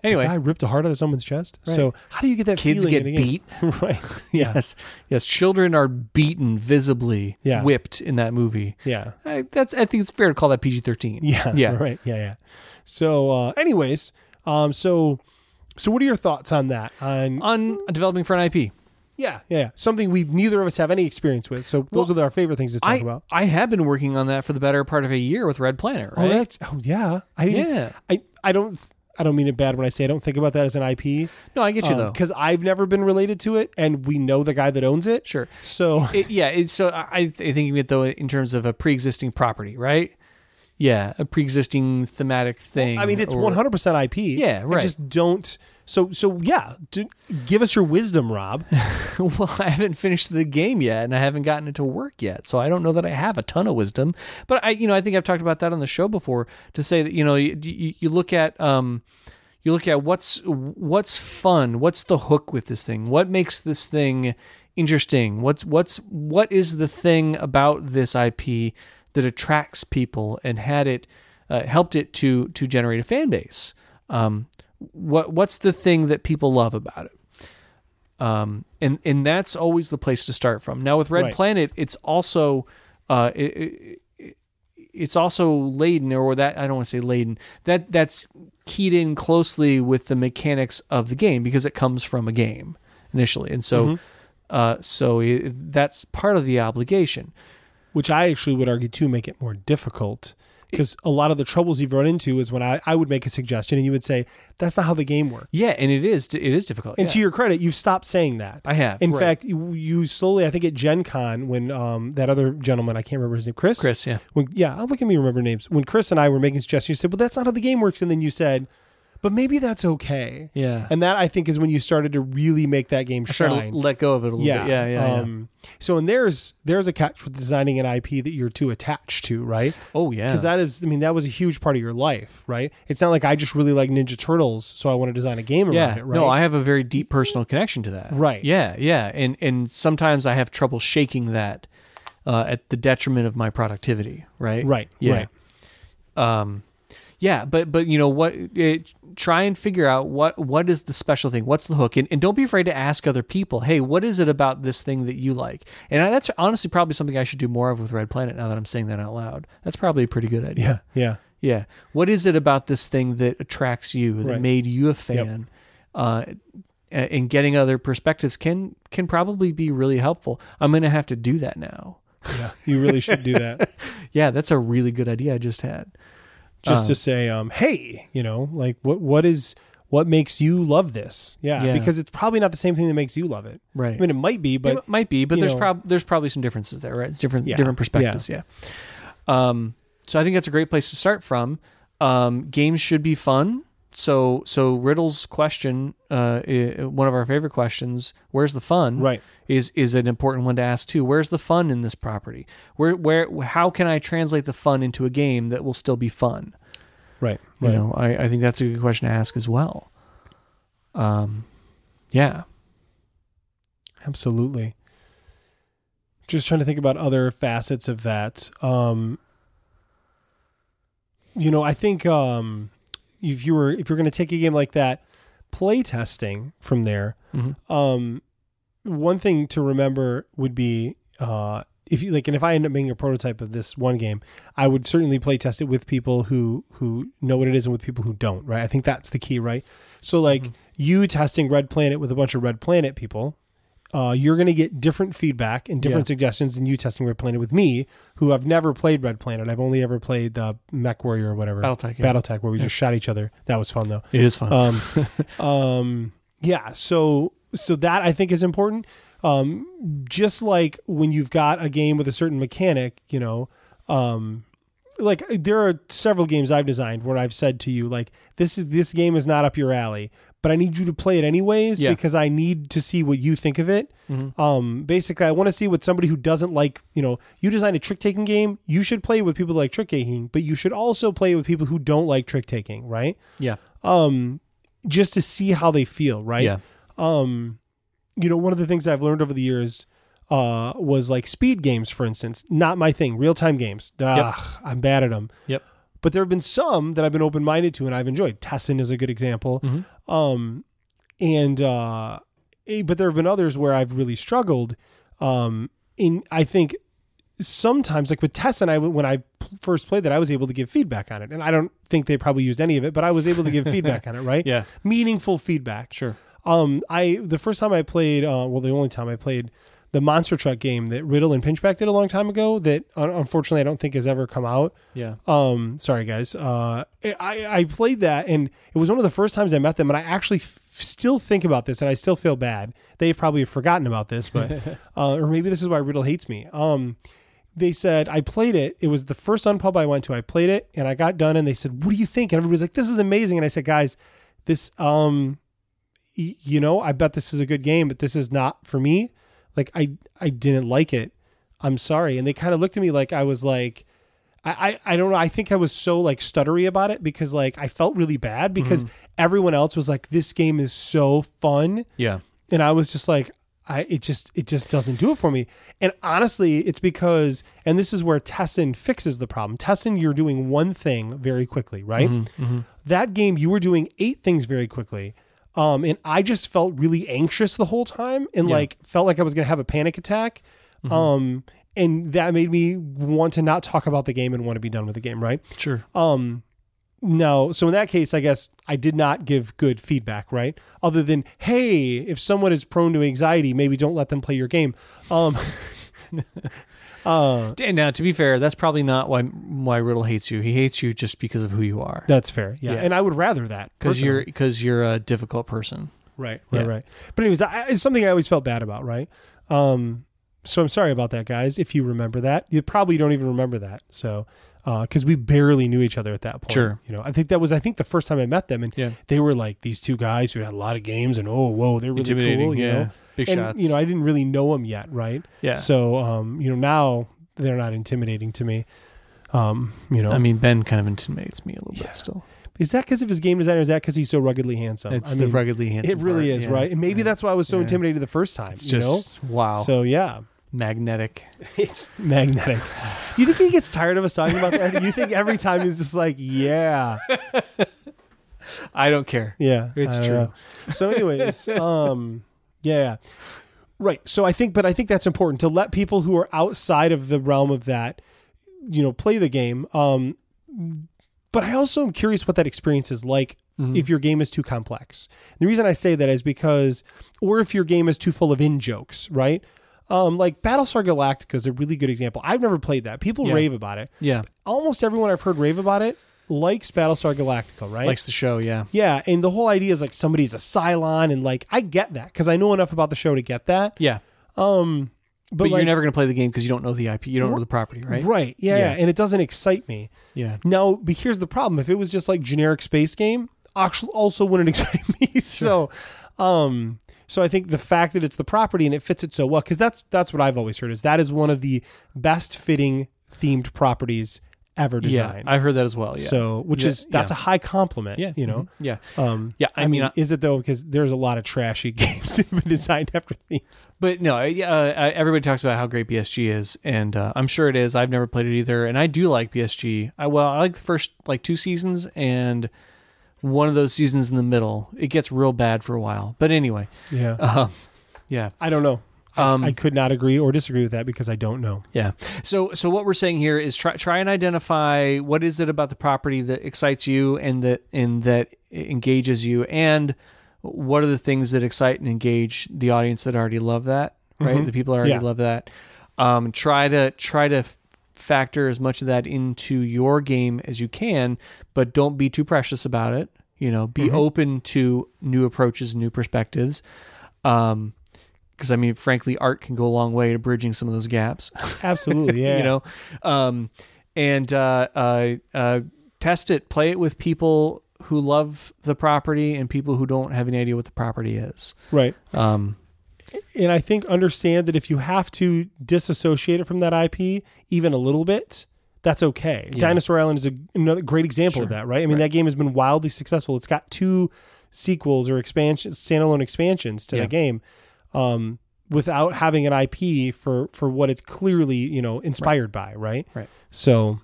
Speaker 3: Anyway,
Speaker 4: I ripped a heart out of someone's chest. So how do you get that?
Speaker 3: kids
Speaker 4: feeling
Speaker 3: get
Speaker 4: in a game?
Speaker 3: beat.
Speaker 4: *laughs* right? Yeah,
Speaker 3: *laughs* Yes, yes, children are beaten visibly,
Speaker 4: Yeah.
Speaker 3: whipped in that movie.
Speaker 4: yeah,
Speaker 3: I, that's I think it's fair to call that PG thirteen.
Speaker 4: *laughs* yeah,
Speaker 3: *laughs* yeah.
Speaker 4: right, yeah, yeah. So, uh, anyways, um, so, so what are your thoughts on that? On
Speaker 3: On developing for an IP,
Speaker 4: yeah, yeah, yeah. something we neither of us have any experience with. So those are our favorite things to talk
Speaker 3: I
Speaker 4: about.
Speaker 3: I have been working on that for the better part of a year with Red Planet.
Speaker 4: Oh,
Speaker 3: Right?
Speaker 4: that's oh yeah. I didn't,
Speaker 3: Yeah.
Speaker 4: I I don't I don't mean it bad when I say I don't think about that as an IP
Speaker 3: no, I get you though.
Speaker 4: because I've never been related to it, and we know the guy that owns it.
Speaker 3: Sure.
Speaker 4: So
Speaker 3: It- yeah, it's, so I, I think of it though in terms of a pre-existing property, right? Yeah, a pre-existing thematic thing.
Speaker 4: I mean, it's
Speaker 3: or-
Speaker 4: one hundred percent IP.
Speaker 3: Yeah,
Speaker 4: I
Speaker 3: right.
Speaker 4: just don't. So so yeah. Do, give us your wisdom, Rob.
Speaker 3: *laughs* well, I haven't finished the game yet, and I haven't gotten it to work yet, so I don't know that I have a ton of wisdom. But I, you know, I think I've talked about that on the show before to say that you know you, you, you look at um, you look at what's what's fun, what's the hook with this thing, what makes this thing interesting, what's what's what is the thing about this IP that attracts people and had it uh, helped it to to generate a fan base. Um, what what's the thing that people love about it? um, and and that's always the place to start from. Now with Red
Speaker 4: Right.
Speaker 3: Planet, it's also uh, it, it, it's also laden, or that I don't want to say laden. That that's keyed in closely with the mechanics of the game because it comes from a game initially, and so uh, so it, that's part of the obligation.
Speaker 4: Which I actually would argue too make it more difficult because a lot of the troubles you've run into is when I, I would make a suggestion and you would say that's not how the game works.
Speaker 3: Yeah, and it is it is difficult.
Speaker 4: And
Speaker 3: yeah.
Speaker 4: to your credit, you've stopped saying that.
Speaker 3: I have,
Speaker 4: In
Speaker 3: right.
Speaker 4: fact, you, you slowly, I think at Gen Con, when um, that other gentleman, I can't remember his name, Chris?
Speaker 3: Chris, yeah.
Speaker 4: When, yeah, I'll look at me remember names. When Chris and I were making suggestions, you said, well, that's not how the game works. And then you said, but maybe that's okay.
Speaker 3: Yeah.
Speaker 4: And that, I think, is when you started to really make that game
Speaker 3: Try to
Speaker 4: shine.
Speaker 3: let go of it a little bit. Yeah, yeah, yeah.
Speaker 4: um, So, and there's there's a catch with designing an IP that you're too attached to, right?
Speaker 3: Oh yeah.
Speaker 4: Because that is, I mean, that was a huge part of your life, right? It's not like I just really like Ninja Turtles, so I want to design a game around
Speaker 3: yeah.
Speaker 4: it, right?
Speaker 3: No, I have a very deep personal connection to that.
Speaker 4: Right.
Speaker 3: Yeah, yeah. And and sometimes I have trouble shaking that uh, at the detriment of my productivity, right?
Speaker 4: Right,
Speaker 3: Yeah.
Speaker 4: right.
Speaker 3: Um yeah, but but you know what it, try and figure out what what is the special thing? What's the hook? And, and don't be afraid to ask other people, "Hey, what is it about this thing that you like?" And I, that's honestly probably something I should do more of with Red Planet now that I'm saying that out loud. That's probably a pretty good idea.
Speaker 4: Yeah, yeah.
Speaker 3: Yeah. What is it about this thing that attracts you, that
Speaker 4: Right.
Speaker 3: made you a fan? Uh, a- and getting other perspectives can can probably be really helpful. I'm gonna have to do that now.
Speaker 4: Yeah, you really should do that.
Speaker 3: *laughs* Yeah, that's a really good idea I just had.
Speaker 4: Just
Speaker 3: Uh-huh.
Speaker 4: to say, um, hey, you know, like what what is what makes you love this? Yeah,
Speaker 3: Yeah.
Speaker 4: because it's probably not the same thing that makes you love it.
Speaker 3: Right.
Speaker 4: I mean, it might be, but
Speaker 3: it might be, but
Speaker 4: you
Speaker 3: there's
Speaker 4: know-
Speaker 3: prob there's probably some differences there, right? It's different
Speaker 4: Yeah,
Speaker 3: different
Speaker 4: yeah.
Speaker 3: perspectives, yeah. Um, so I think that's a great place to start from. Um, games should be fun. So so Riddle's question, uh, i- one of our favorite questions, where's the fun?
Speaker 4: Right.
Speaker 3: Is is an important one to ask too. Where's the fun in this property? Where where how can I translate the fun into a game that will still be fun?
Speaker 4: right,
Speaker 3: You
Speaker 4: right.
Speaker 3: know, I, I think that's a good question to ask as well. Um, yeah.
Speaker 4: Absolutely. Just trying to think about other facets of that. Um, you know, I think um, if you were if you're going to take a game like that, play testing from there.
Speaker 3: Mhm.
Speaker 4: Um, one thing to remember would be uh, if you like, and if I end up making a prototype of this one game, I would certainly play test it with people who who know what it is and with people who don't. Right? I think that's the key. Right? So like
Speaker 3: Mm-hmm.
Speaker 4: you testing Red Planet with a bunch of Red Planet people. Uh, you're going to get different feedback and different
Speaker 3: Yeah.
Speaker 4: suggestions than you testing Red Planet with me, who have never played Red Planet. I've only ever played the Mech Warrior or whatever
Speaker 3: Battletech, yeah.
Speaker 4: Battletech, where we just shot each other. That was fun though.
Speaker 3: It is fun.
Speaker 4: Um,
Speaker 3: *laughs*
Speaker 4: um, yeah. So so that I think is important. Um, just like when you've got a game with a certain mechanic, you know, um, like there are several games I've designed where I've said to you like this is this game is not up your alley, but I need you to play it anyways
Speaker 3: Yeah. Mm-hmm.
Speaker 4: because I need to see what you think of it. Um, basically, I want to see what somebody who doesn't like you know you design a trick taking game, you should play with people that like trick taking, but you should also play with people who don't like trick taking, right?
Speaker 3: yeah.
Speaker 4: um just to see how they feel right
Speaker 3: Yeah.
Speaker 4: um you know one of the things i've learned over the years uh was like speed games for instance not my thing real time games Ugh, i'm bad at them
Speaker 3: Yep.
Speaker 4: But there have been some that I've been open minded to and I've enjoyed. Tessin is a good example. Um, and uh, eh, but there have been others where I've really struggled. Um, in I think sometimes like with Tessin, I when I p- first played that, I was able to give feedback on it, and I don't think they probably used any of it, but I was able to give feedback on it, right?
Speaker 3: Yeah.
Speaker 4: meaningful feedback. Sure. Um, I the first time I played, uh, well, the only time I played the monster truck game that Riddle and Pinchback did a long time ago that un- unfortunately I don't think has ever come out.
Speaker 3: Yeah.
Speaker 4: Um, sorry guys. Uh, I I played that and it was one of the first times I met them, and I actually f- still think about this, and I still feel bad. They probably have forgotten about this, but uh, or maybe this is why Riddle hates me. Um, they said I played it. It was the first unpub I went to. I played it and I got done, and they said, "What do you think?" And everybody's like, "This is amazing." And I said, "Guys, this um, y- you know, I bet this is a good game, but this is not for me. Like, I I didn't like it. I'm sorry." And they kind of looked at me like I was like. I, I, I don't know. I think I was so like stuttery about it because like I felt really bad because everyone else was like, this game is so fun
Speaker 3: Yeah.
Speaker 4: and I was just like, I it just it just doesn't do it for me. And honestly, it's because and this is where Tessin fixes the problem. Tessin, you're doing one thing very quickly, right?
Speaker 3: Mm-hmm.
Speaker 4: That game, you were doing eight things very quickly. Um, and I just felt really anxious the whole time and
Speaker 3: Yeah. Mm-hmm.
Speaker 4: like felt like I was gonna have a panic attack. Um, and that made me want to not talk about the game and want to be done with the game, right?
Speaker 3: Sure.
Speaker 4: No. So in that case, I guess I did not give good feedback, right? Other than, hey, if someone is prone to anxiety, maybe don't let them play your game. Um, *laughs* uh,
Speaker 3: and now, to be fair, that's probably not why why Riddle hates you. He hates you just because of who you are.
Speaker 4: that's fair. Yeah.
Speaker 3: Yeah.
Speaker 4: And I would rather that
Speaker 3: Because
Speaker 4: personally.
Speaker 3: you're because you're a difficult person.
Speaker 4: right, right,
Speaker 3: yeah.
Speaker 4: right. But anyways, I, it's something I always felt bad about, right? Um, so I'm sorry about that, guys. If you remember that, you probably don't even remember that. So. Because we barely knew each other at that point,
Speaker 3: Sure.
Speaker 4: You know, I think that was I think the first time I met them, and
Speaker 3: Yeah.
Speaker 4: they were like these two guys who had a lot of games, and oh, whoa, they're really
Speaker 3: Intimidating.
Speaker 4: cool, you
Speaker 3: yeah.
Speaker 4: know.
Speaker 3: Big
Speaker 4: and
Speaker 3: shots.
Speaker 4: you know, I didn't really know them yet, right?
Speaker 3: yeah.
Speaker 4: So, um, you know, now they're not intimidating to me. Um, you know,
Speaker 3: I mean, Ben kind of intimidates me a little bit still.
Speaker 4: is that because of his game design? Or is that because he's so ruggedly handsome?
Speaker 3: It's
Speaker 4: I
Speaker 3: the
Speaker 4: mean,
Speaker 3: ruggedly handsome.
Speaker 4: It really
Speaker 3: part,
Speaker 4: is,
Speaker 3: yeah.
Speaker 4: right? And maybe
Speaker 3: Yeah.
Speaker 4: that's why I was so
Speaker 3: Yeah.
Speaker 4: intimidated the first time.
Speaker 3: It's
Speaker 4: you
Speaker 3: just wow,
Speaker 4: know, so yeah,
Speaker 3: magnetic.
Speaker 4: *laughs* it's magnetic. *laughs* you think he gets tired of us talking about that? You think every time he's just like, yeah,
Speaker 3: I don't care.
Speaker 4: yeah,
Speaker 3: It's
Speaker 4: I don't
Speaker 3: true.
Speaker 4: know.
Speaker 3: *laughs*
Speaker 4: So, anyways, um, yeah. Right. So I think, but I think that's important to let people who are outside of the realm of that, you know, play the game. Um, but I also am curious what that experience is like
Speaker 3: Mm-hmm.
Speaker 4: if your game is too complex. The reason I say that is because, or if your game is too full of in jokes, right? Um, like Battlestar Galactica is a really good example. I've never played that. People
Speaker 3: Yeah.
Speaker 4: rave about it.
Speaker 3: Yeah,
Speaker 4: Almost everyone I've heard rave about it likes Battlestar Galactica, right?
Speaker 3: likes the show. Yeah,
Speaker 4: Yeah, and the whole idea is like somebody's a Cylon, and like I get that because I know enough about the show to get that.
Speaker 3: yeah.
Speaker 4: But,
Speaker 3: But,
Speaker 4: like-
Speaker 3: you're never going to play the game because you don't know the IP. You don't know the property, right?
Speaker 4: right? Yeah,
Speaker 3: Yeah.
Speaker 4: yeah, and it doesn't excite me.
Speaker 3: Yeah.
Speaker 4: Now, but here's the problem: if it was just like generic space game, actually also wouldn't *laughs* excite me. So, um, so I think the fact that it's the property and it fits it so well, because that's that's what I've always heard is that is one of the best fitting themed properties ever designed.
Speaker 3: Yeah, I've heard that as well. Yeah.
Speaker 4: So, which
Speaker 3: Yeah,
Speaker 4: is that's
Speaker 3: yeah.
Speaker 4: a high compliment.
Speaker 3: yeah,
Speaker 4: you know.
Speaker 3: mhm, yeah.
Speaker 4: Um,
Speaker 3: Yeah, I
Speaker 4: I,
Speaker 3: mean, uh,
Speaker 4: mean,
Speaker 3: I-
Speaker 4: is it though? Because there's a lot of trashy *laughs* games that have been designed after themes.
Speaker 3: But no, I- yeah, uh, I- everybody talks about how great BSG is, and uh, I'm sure it is. I've never played it either, and I do like BSG. I well, I like the first like two seasons, and one of those seasons in the middle, it gets real bad for a while. But anyway,
Speaker 4: Yeah,
Speaker 3: yeah,
Speaker 4: I don't know. I,
Speaker 3: Um,
Speaker 4: I could not agree or disagree with that because I don't know.
Speaker 3: yeah. So so what we're saying here is try try and identify what is it about the property that excites you and that and that engages you, and what are the things that excite and engage the audience that already love that, right? The people that already
Speaker 4: Yeah.
Speaker 3: love that. Um, try to try to f- factor as much of that into your game as you can, but don't be too precious about it. You know, be open to new approaches, new perspectives. Um, because I mean, frankly, art can go a long way to bridging some of those gaps
Speaker 4: Absolutely,
Speaker 3: *laughs*
Speaker 4: yeah.
Speaker 3: you know um and uh, uh uh test it play it with people who love the property and people who don't have any idea what the property is
Speaker 4: right?
Speaker 3: um
Speaker 4: And I think understand that if you have to disassociate it from that IP even a little bit, that's okay. Dinosaur Island is a, another great example of that, right? I mean, that game has been wildly successful. It's got two sequels or expansions, standalone expansions to
Speaker 3: Yeah.
Speaker 4: the game, um, without having an IP for for what it's clearly you know inspired by, right?
Speaker 3: Right.
Speaker 4: So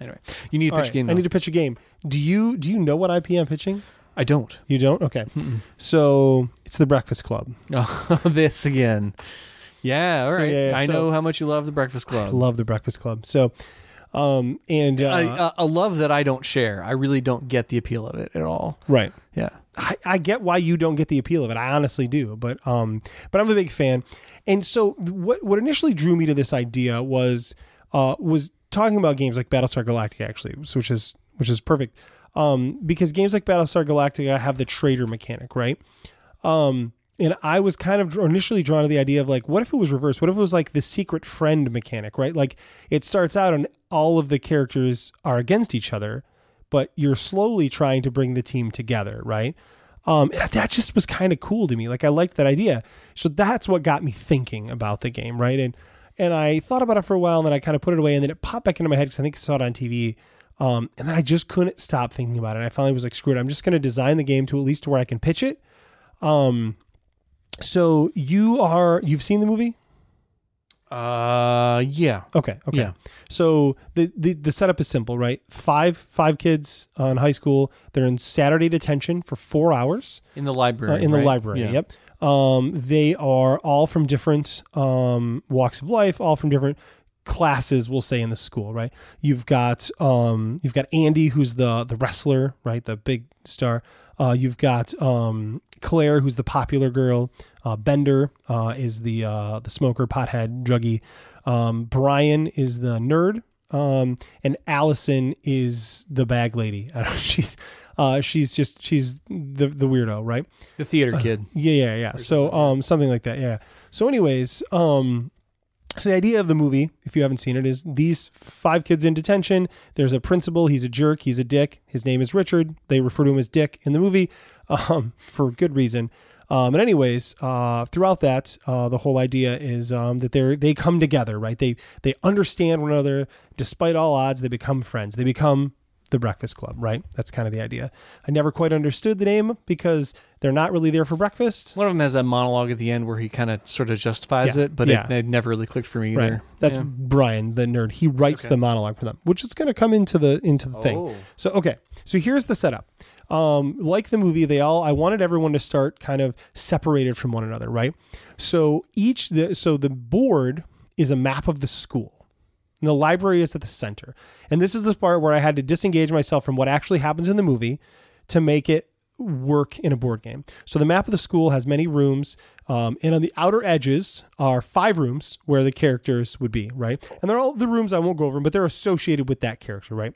Speaker 3: Anyway, you need to
Speaker 4: All
Speaker 3: pitch
Speaker 4: right,
Speaker 3: a game.
Speaker 4: I
Speaker 3: though.
Speaker 4: need to pitch a game. Do you do you know what IP I'm pitching?
Speaker 3: I don't. *laughs*
Speaker 4: You don't? Okay. So it's the Breakfast Club.
Speaker 3: Oh, this again. Yeah. all right.
Speaker 4: So, yeah, yeah,
Speaker 3: I
Speaker 4: so-
Speaker 3: know how much you love the Breakfast Club.
Speaker 4: Love the Breakfast Club. So, um, and uh,
Speaker 3: I, uh, a love that I don't share. I really don't get the appeal of it at all.
Speaker 4: right.
Speaker 3: Yeah.
Speaker 4: I, I get why you don't get the appeal of it. I honestly do, but um, but I'm a big fan. And so th- what what initially drew me to this idea was uh was talking about games like Battlestar Galactica actually, so which is which is perfect. Um, because games like Battlestar Galactica have the traitor mechanic, right? Um, and I was kind of dr- initially drawn to the idea of like, what if it was reversed? What if it was like the secret friend mechanic, right? Like it starts out and all of the characters are against each other, but you're slowly trying to bring the team together, right? Um, and that just was kind of cool to me. Like I liked that idea. So that's what got me thinking about the game, right? And and I thought about it for a while, and then I kind of put it away, and then it popped back into my head because I think I saw it on TV. Um, and then I just couldn't stop thinking about it. I finally was like, screw it. I'm just going to design the game to at least to where I can pitch it. So you are you've seen the movie?
Speaker 3: Uh. Yeah.
Speaker 4: Okay, okay.
Speaker 3: Yeah.
Speaker 4: So the, the the setup is simple, right? Five five kids uh, in high school. They're in Saturday detention for four hours
Speaker 3: In the
Speaker 4: uh,
Speaker 3: library.
Speaker 4: in the
Speaker 3: right?
Speaker 4: library.
Speaker 3: Yeah.
Speaker 4: Yep. Um, they are all from different um, walks of life, all from different classes, we'll say, in the school, right? You've got um, you've got Andy, who's the the wrestler, right, the big star. Uh, you've got um, Claire, who's the popular girl. Uh, Bender uh, is the uh, the smoker, pothead, druggie. Um, Brian is the nerd, um, and Allison is the bag lady. *laughs* I don't. She's uh, she's just she's the the weirdo, right?
Speaker 3: The theater kid.
Speaker 4: Yeah, yeah, yeah. So um something like that, yeah. So anyways, um so the idea of the movie, if you haven't seen it, is these five kids in detention. There's a principal, he's a jerk, he's a dick. His name is Richard. They refer to him as Dick in the movie *laughs* um for good reason. Um, and anyways, uh, throughout that, uh, the whole idea is um, that they they come together, right? They they understand one another despite all odds. They become friends. They become the Breakfast Club, right? That's kind of the idea. I never quite understood the name because they're not really there for breakfast.
Speaker 3: One of them has that monologue at the end where he kind of sort of justifies
Speaker 4: Yeah.
Speaker 3: it, but
Speaker 4: Yeah.
Speaker 3: it, it never really clicked for me
Speaker 4: Right.
Speaker 3: either.
Speaker 4: That's
Speaker 3: Yeah.
Speaker 4: Brian, the nerd. He writes
Speaker 3: Okay.
Speaker 4: the monologue for them, which is going to come into the into the
Speaker 3: Oh.
Speaker 4: thing. So okay, so here's the setup. Um, like the movie, they all I wanted everyone to start kind of separated from one another, right? So each the, so the board is a map of the school. And the library is at the center, and this is the part where I had to disengage myself from what actually happens in the movie to make it work in a board game. So the map of the school has many rooms, um, and on the outer edges are five rooms where the characters would be, right? And they're all the rooms I won't go over, 'em, but they're associated with that character, right?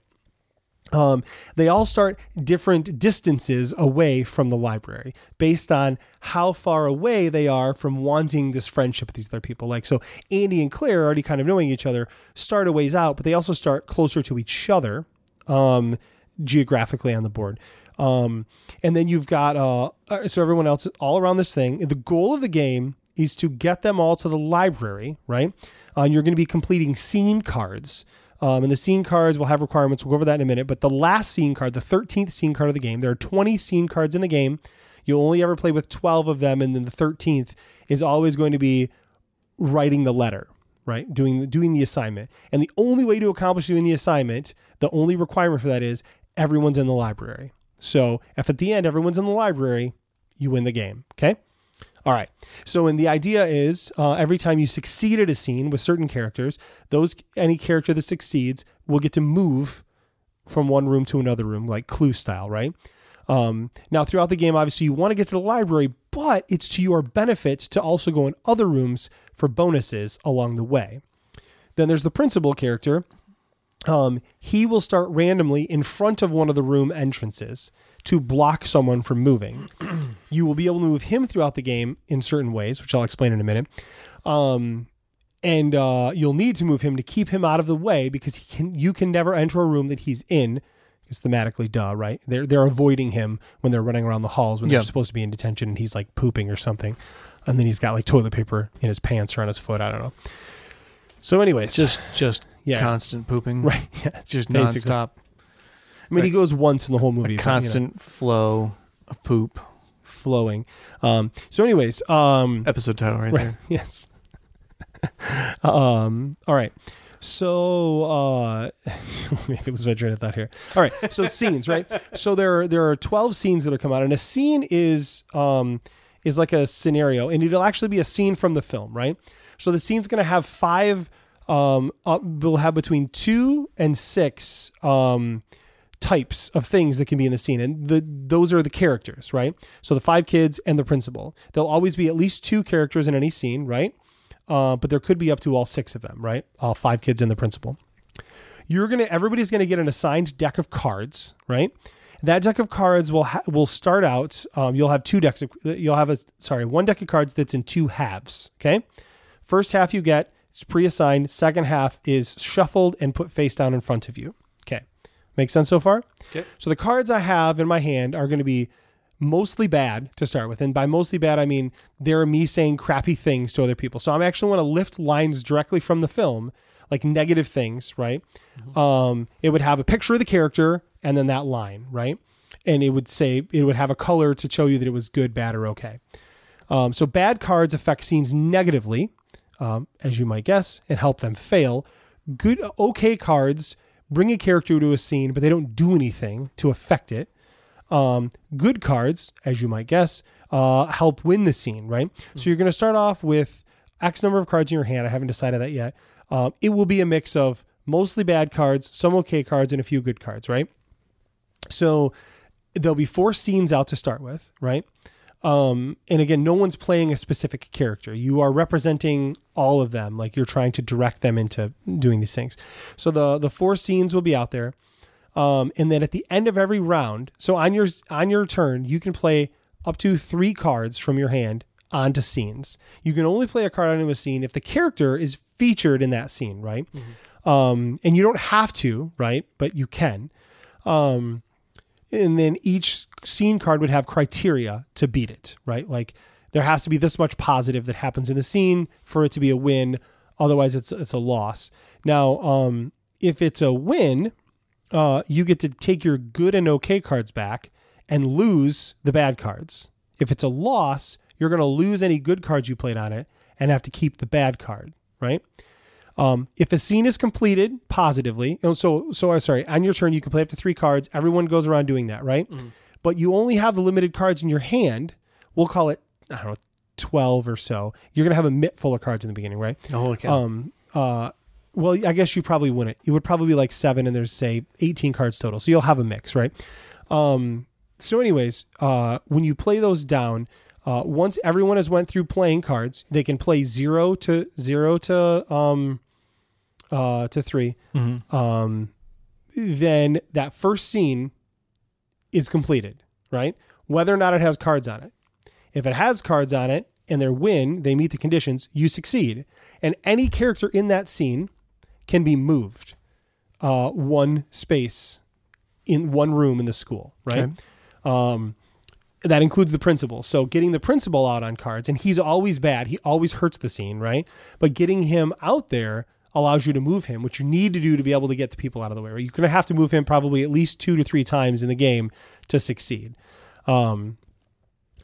Speaker 4: Um, they all start different distances away from the library based on how far away they are from wanting this friendship with these other people. Like, so Andy and Claire, already kind of knowing each other, start a ways out, but they also start closer to each other um, geographically on the board. Um, and then you've got uh, uh, so everyone else is all around this thing. The goal of the game is to get them all to the library, right? Uh, you're going to be completing scene cards. Um, and the scene cards will have requirements. We'll go over that in a minute. But the last scene card, the 13th scene card of the game, there are 20 scene cards in the game. You'll only ever play with 12 of them. And then the 13th is always going to be writing the letter, right? Doing the, doing the assignment. And the only way to accomplish doing the assignment, the only requirement for that is everyone's in the library. So if at the end everyone's in the library, you win the game. Okay. All right. So, and the idea is uh, every time you succeed at a scene with certain characters, those any character that succeeds will get to move from one room to another room, like Clue style, right? Um, now, throughout the game, obviously, you want to get to the library, but it's to your benefit to also go in other rooms for bonuses along the way. Then there's the principal character. Um, he will start randomly in front of one of the room entrances to block someone from moving. *clears throat* you will be able to move him throughout the game in certain ways, which I'll explain in a minute. Um, and uh, you'll need to move him to keep him out of the way because he can. You can never enter a room that he's in. It's thematically duh, right? They're they're avoiding him when they're running around the halls when
Speaker 3: Yeah.
Speaker 4: they're supposed to be in detention and he's like pooping or something, and then he's got like toilet paper in his pants or on his foot. I don't know. So, anyways,
Speaker 3: Just just
Speaker 4: *laughs* Yeah.
Speaker 3: constant pooping.
Speaker 4: *laughs* right, yeah,
Speaker 3: Just
Speaker 4: basically.
Speaker 3: nonstop.
Speaker 4: I mean, he goes once in the whole movie.
Speaker 3: A
Speaker 4: but, you know,
Speaker 3: constant flow of poop.
Speaker 4: flowing. Um, so, anyways, um, *laughs*
Speaker 3: Episode title right, there.
Speaker 4: Yes. um, all right. So uh, *laughs* maybe lose my train of thought here. All right, so scenes, right? So there are, there are twelve scenes that'll come out, and a scene is um, is like a scenario, and it'll actually be a scene from the film, right? So the scene's gonna have five. Um, up, we'll have between two and six. Um, types of things that can be in the scene and the those are the characters right so the five kids and the principal there'll always be at least two characters in any scene right uh, but there could be up to all six of them right all five kids and the principal you're gonna everybody's gonna get an assigned deck of cards right that deck of cards will ha- will start out um, you'll have two decks of, you'll have a sorry one deck of cards that's in two halves okay first half you get it's pre-assigned second half is shuffled and put face down in front of you okay Make sense so far?
Speaker 3: Okay.
Speaker 4: So the cards I have in my hand are going to be mostly bad to start with. And by mostly bad, I mean they're me saying crappy things to other people. So I'm actually want to lift lines directly from the film, like negative things, right? Um, it would have a picture of the character and then that line, right? And it would say, it would have a color to show you that it was good, bad, or okay. Um, so bad cards affect scenes negatively, um, as you might guess, and help them fail. Good, okay cards bring a character to a scene, but they don't do anything to affect it. Um, good cards, as you might guess, uh, help win the scene, right? So you're going to start off with X number of cards in your hand. I haven't decided that yet. Um, it will be a mix of mostly bad cards, some okay cards, and a few good cards, right? So there'll be four scenes out to start with, right? Um, and again, no one's playing a specific character. You are representing all of them, like you're trying to direct them into doing these things. So the the four scenes will be out there, um, and then at the end of every round, so on your on your turn, you can play up to three cards from your hand onto scenes. You can only play a card onto a scene if the character is featured in that scene, right? Um, and you don't have to, right? But you can and then each scene card would have criteria to beat it, right? Like there has to be this much positive that happens in the scene for it to be a win. Otherwise, it's it's a loss. Now, um, if it's a win, uh, you get to take your good and okay cards back and lose the bad cards. If it's a loss, you're going to lose any good cards you played on it and have to keep the bad card, right? Um, if a scene is completed positively, oh, so so I'm sorry. On your turn, you can play up to three cards. Everyone goes around doing that, right? But you only have the limited cards in your hand. We'll call it I don't know, twelve or so. You're gonna have a mitt full of cards in the beginning, right?
Speaker 3: Oh, okay.
Speaker 4: Um. Uh. Well, I guess you probably wouldn't. It would probably be like seven, and there's say eighteen cards total. So you'll have a mix, right? Um. So, anyways, uh, when you play those down, uh, once everyone has went through playing cards, they can play zero to zero to um, uh, to 3 um, then that first scene is completed, right? Whether or not it has cards on it. If it has cards on it and they win, they meet the conditions, you succeed. And any character in that scene can be moved uh, one space in one room in the school, right?
Speaker 3: Okay.
Speaker 4: Um, that includes the principal. So getting the principal out on cards, and he's always bad. He always hurts the scene, right? But getting him out there allows you to move him, which you need to do to be able to get the people out of the way. Right? You're going to have to move him probably at least two to three times in the game to succeed. Um,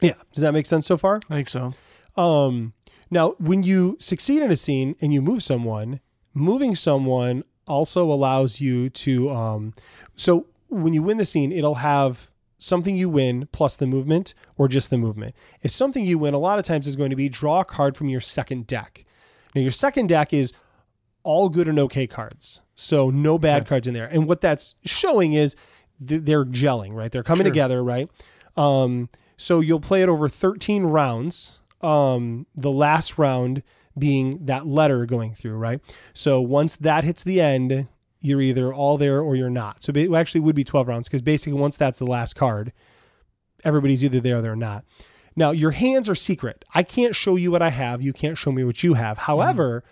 Speaker 4: yeah, does that make sense so far?
Speaker 3: I think so.
Speaker 4: Um, now, when you succeed in a scene and you move someone, moving someone also allows you to. Um, so when you win the scene, it'll have something you win plus the movement or just the movement. If something you win, a lot of times is going to be draw a card from your second deck. Now, your second deck is all good and okay cards. So no bad cards in there. And what that's showing is th- they're gelling, right? They're coming together, right? Um, so you'll play it over 13 rounds. Um, the last round being that letter going through, right? So once that hits the end, you're either all there or you're not. So ba- it actually would be 12 rounds because basically once that's the last card, everybody's either there or they're not. Now, your hands are secret. I can't show you what I have. You can't show me what you have. However,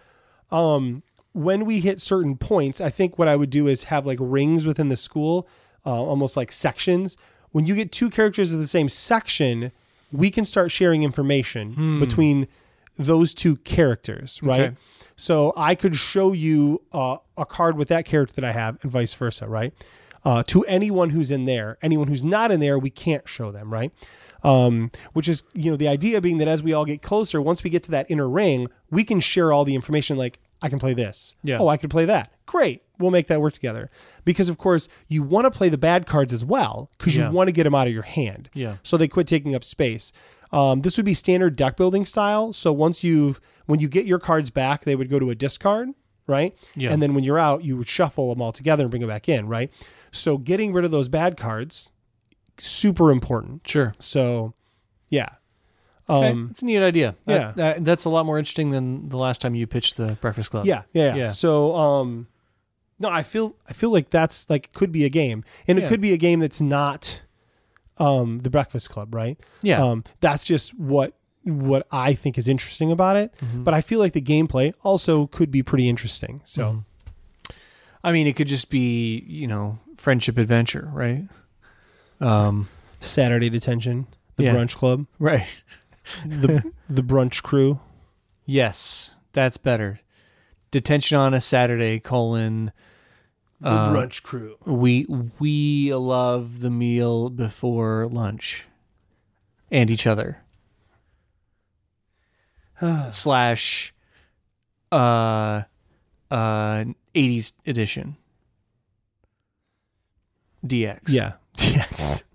Speaker 4: um, when we hit certain points, I think what I would do is have like rings within the school, uh, almost like sections. When you get two characters of the same section, we can start sharing information between those two characters, right?
Speaker 3: Okay.
Speaker 4: So I could show you uh, a card with that character that I have, and vice versa, right? Uh, to anyone who's in there, anyone who's not in there, we can't show them, right? Um, which is, you know, the idea being that as we all get closer, once we get to that inner ring, we can share all the information. Like, I can play this.
Speaker 3: Yeah.
Speaker 4: Oh, I can play that. Great. We'll make that work together. Because of course you want to play the bad cards as well because
Speaker 3: Yeah.
Speaker 4: you want to get them out of your hand.
Speaker 3: Yeah.
Speaker 4: So they quit taking up space. Um, this would be standard deck building style. So once you've when you get your cards back, they would go to a discard, right?
Speaker 3: Yeah.
Speaker 4: And then when you're out, you would shuffle them all together and bring them back in, right? So getting rid of those bad cards, super important.
Speaker 3: Sure.
Speaker 4: So, yeah.
Speaker 3: Okay,
Speaker 4: Um,
Speaker 3: it's a neat idea. I-
Speaker 4: yeah.
Speaker 3: I- that's a lot more interesting than the last time you pitched the Breakfast Club.
Speaker 4: Yeah, yeah, yeah.
Speaker 3: Yeah.
Speaker 4: So, um, no, I feel I feel like that's like could be a game, and
Speaker 3: Yeah.
Speaker 4: it could be a game that's not, um, the Breakfast Club, right?
Speaker 3: Yeah.
Speaker 4: Um, that's just what what I think is interesting about it.
Speaker 3: Mm-hmm.
Speaker 4: But I feel like the gameplay also could be pretty interesting. So,
Speaker 3: Mm-hmm. I mean, it could just be you know friendship adventure, right? Um.
Speaker 4: Saturday detention, the
Speaker 3: Yeah.
Speaker 4: brunch club,
Speaker 3: Right.
Speaker 4: the the brunch crew.
Speaker 3: Yes, that's better. Detention on a Saturday: colon
Speaker 4: The
Speaker 3: Uh,
Speaker 4: brunch *sighs* crew.
Speaker 3: we we love the meal before lunch, and each other. slash, uh, uh, eighties edition. DX.
Speaker 4: Yeah. Yes.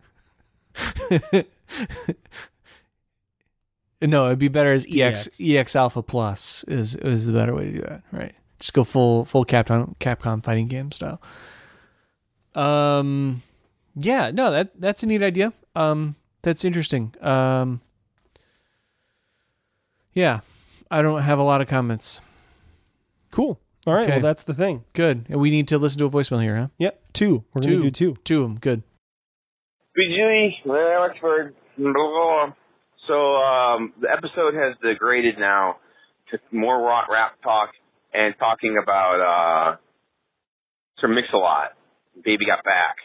Speaker 3: No, it'd be better as E EX
Speaker 4: DX.
Speaker 3: EX Alpha Plus is is the better way to do that, right? Just go full full Capcom Capcom fighting game style. Um, yeah, no, that that's a neat idea. Um, that's interesting. Um, yeah, I don't have a lot of comments.
Speaker 4: Cool. All right.
Speaker 3: Okay.
Speaker 4: Well, that's the thing.
Speaker 3: Good, and we need to listen to a voicemail here, huh?
Speaker 4: Yep. Two. We're
Speaker 3: Two.
Speaker 4: gonna do two.
Speaker 3: Two of them. Good.
Speaker 5: BG, Larry Wexford, blah, blah, blah. So um, the episode has degraded now to more rock rap talk and talking about uh, Sir Mix-a-Lot, Baby Got Back.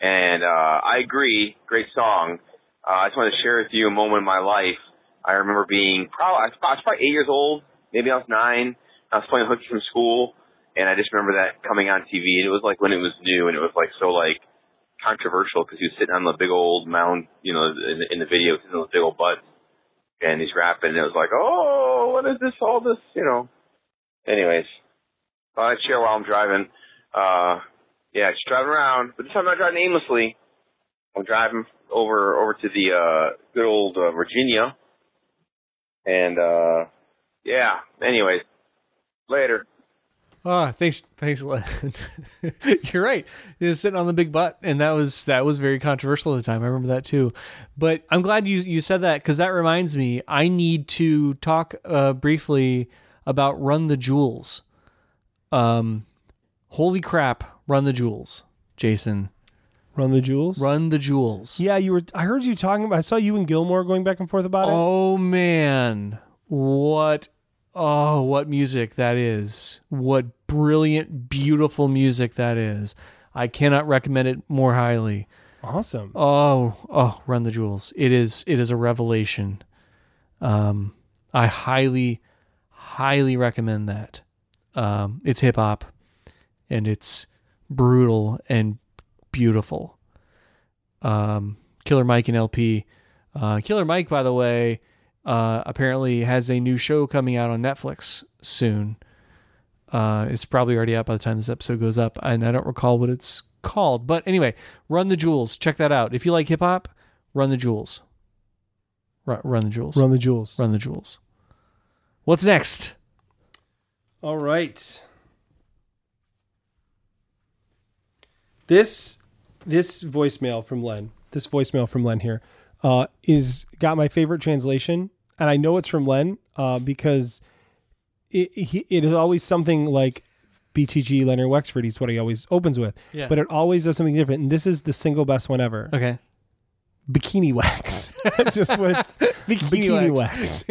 Speaker 5: And uh, I agree, great song. Uh, I just wanted to share with you a moment in my life. I remember being probably, I was probably eight years old, maybe I was nine. I was playing hooky from school, and I just remember that coming on TV. And it was like when it was new, and it was like so like controversial because he was sitting on the big old mound, you know, in the, in the video, sitting on the big old butt, and he's rapping, and it was like, oh, what is this? All this, you know. Anyways, thought I'd share while I'm driving. Uh, yeah, just driving around, but this time I'm not driving aimlessly. I'm driving over over to the uh, good old uh, Virginia, and uh, yeah. Anyways, later.
Speaker 3: Ah, thanks, thanks, Len. *laughs* You're right. It was sitting on the big butt, and that was that was very controversial at the time. I remember that too. But I'm glad you you said that because that reminds me, I need to talk uh, briefly about Run the Jewels. Um, holy crap, Run the Jewels, Jason.
Speaker 4: Run the jewels.
Speaker 3: Run the Jewels.
Speaker 4: Yeah, you were. I heard you talking about. I saw you and Gilmore going back and forth about it.
Speaker 3: Oh man, what oh what music that is. What brilliant beautiful music that is. I cannot recommend it more highly.
Speaker 4: Awesome.
Speaker 3: Oh, oh, Run the Jewels. It is it is a revelation. Um I highly highly recommend that. Um it's hip hop and it's brutal and beautiful. Um Killer Mike and LP. Uh Killer Mike by the way, uh apparently has a new show coming out on Netflix soon. Uh, it's probably already out by the time this episode goes up, and I don't recall what it's called. But anyway, Run the Jewels. Check that out. If you like hip hop, Run the Jewels. Ru- Run the Jewels.
Speaker 4: Run the jewels.
Speaker 3: Run the Jewels. What's next?
Speaker 4: All right. This this voicemail from Len. This voicemail from Len here uh, is got my favorite translation, and I know it's from Len uh, because it, he- it is always something like BTG Leonard Wexford. He's what he always opens with,
Speaker 3: Yeah.
Speaker 4: but it always does something different. And this is the single best one *laughs* ever.
Speaker 3: Okay.
Speaker 4: Bikini wax. *laughs* That's just what it's. bikini, wax. *laughs*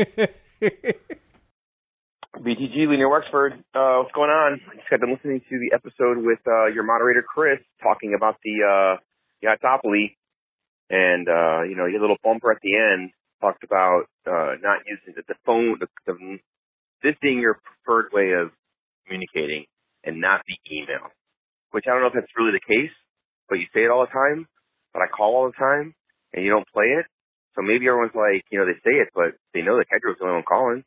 Speaker 5: BTG, Leaner Wexford. Uh, what's going on? I just got done listening to the episode with uh, your moderator, Chris, talking about the uh, Yachtopoli. And, uh, you know, your little bumper at the end talked about uh, not using the, the phone, the, the, this being your preferred way of communicating and not the email, which I don't know if that's really the case, but you say it all the time, but I call all the time, and you don't play it. So maybe everyone's like, you know, they say it, but they know that Kedra's the only one calling.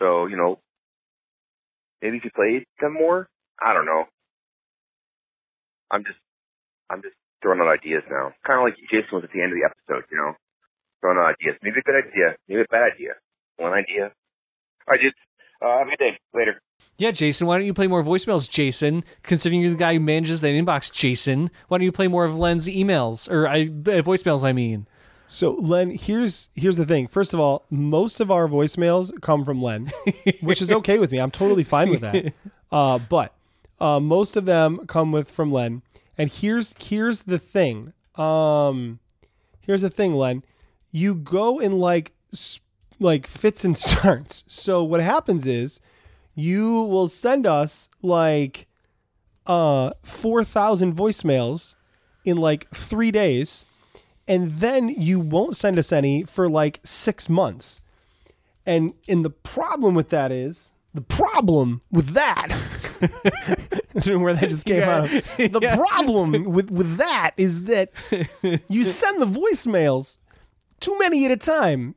Speaker 5: So you know, maybe if you played them more, I don't know. I'm just, I'm just throwing out ideas now. Kind of like Jason was at the end of the episode, you know, throwing out ideas. Maybe a good idea, maybe a bad idea. One idea. All right, dudes. Uh, have a good day. Later.
Speaker 3: Yeah, Jason, why don't you play more voicemails, Jason? Considering you're the guy who manages that inbox, Jason, why don't you play more of Len's emails or I, uh, voicemails? I mean,
Speaker 4: So Len, here's here's the thing. First of all, most of our voicemails come from Len, which is okay with me. I'm totally fine with that. Uh, but uh, most of them come with from Len. And here's here's the thing. Um, here's the thing, Len. You go in like s- like fits and starts. So what happens is you will send us like uh 4000 voicemails in like 3 days and then you won't send us any for like 6 months. And and the problem with that is the problem with that *laughs* I don't know where that just came out of. The problem with, with that is that you send the voicemails too many at a time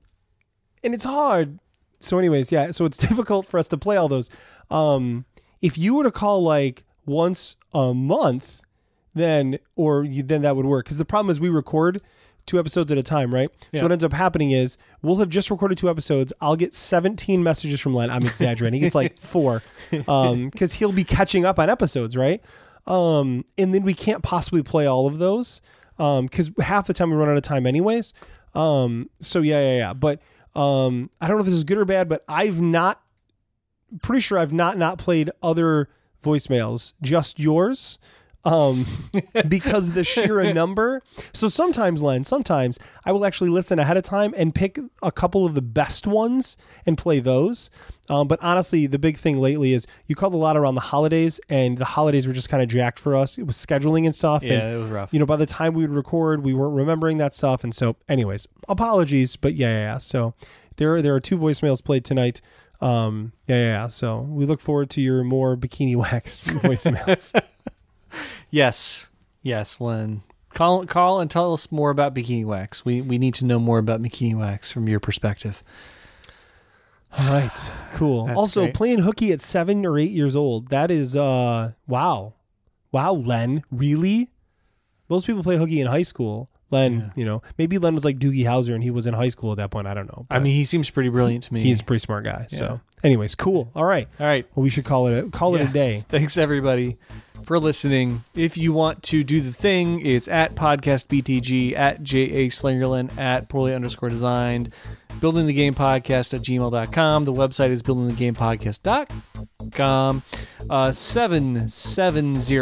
Speaker 4: and it's hard. So, anyways, yeah. So it's *laughs* difficult for us to play all those. Um, if you were to call like once a month, then or you, then that would work. Because the problem is we record two episodes at a time, right? So what ends up happening is we'll have just recorded two episodes. I'll get seventeen messages from Len. I'm exaggerating. it's like four, because he'll be catching up on episodes, right? Um, and then we can't possibly play all of those because half the time we run out of time anyways. Um, so yeah, yeah, yeah. But um, I don't know if this is good or bad, but I've not, pretty sure I've not not played other voicemails, just yours, um, *laughs* because the sheer number. So sometimes, Len, sometimes I will actually listen ahead of time and pick a couple of the best ones and play those. Um, but honestly, the big thing lately is you called a lot around the holidays, and the holidays were just kind of jacked for us. It was scheduling and stuff.
Speaker 3: yeah,
Speaker 4: and
Speaker 3: it was rough.
Speaker 4: you know, by the time we would record, we weren't remembering that stuff. And so, anyways, apologies, but yeah, yeah, yeah. So there, there are two voicemails played tonight. Um, yeah, yeah, yeah. So we look forward to your more bikini *laughs* wax
Speaker 3: *laughs*
Speaker 4: voicemails.
Speaker 3: Yes, yes, Len. Call, call and tell us more about Bikini Wax. We we need to know more about Bikini Wax from your perspective.
Speaker 4: All right, cool.
Speaker 3: That's
Speaker 4: also,
Speaker 3: great.
Speaker 4: playing hooky at seven or eight years old. That is, uh, wow, wow, Len, really? Most people play hooky in high school. Len, you know, maybe Len was like Doogie Howser and he was in high school at that point. I don't know.
Speaker 3: I
Speaker 4: but
Speaker 3: mean, he seems pretty brilliant to me.
Speaker 4: he's a pretty smart guy. So, anyways, cool. All right.
Speaker 3: all right.
Speaker 4: Well, we should call it a, call it
Speaker 3: Yeah.
Speaker 4: a day.
Speaker 3: *laughs* Thanks everybody for listening. If you want to do the thing, it's at podcast BTG, at JA Slingerland, at poorly underscore designed, building the game podcast at gmail.com. The website is building the game podcast.com. Uh, 770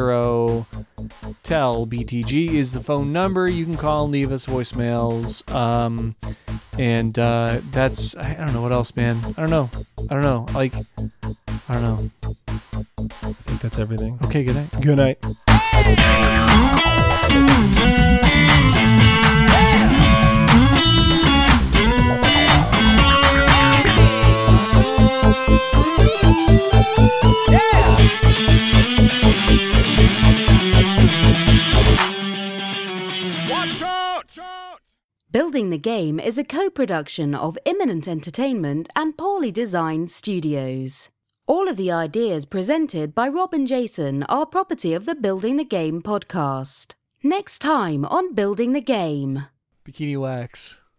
Speaker 3: tell BTG is the phone number. You can call and leave us voicemails. Um, and uh, that's, I don't know what else, man. I don't know. I don't know. Like, I don't know.
Speaker 4: I think that's everything.
Speaker 3: Okay, good night.
Speaker 4: Good night.
Speaker 1: Building the Game is a co production of Imminent Entertainment and Poorly Designed Studios. All of the ideas presented by Rob and Jason are property of the Building the Game podcast. Next time on Building the Game.
Speaker 3: Bikini Wax.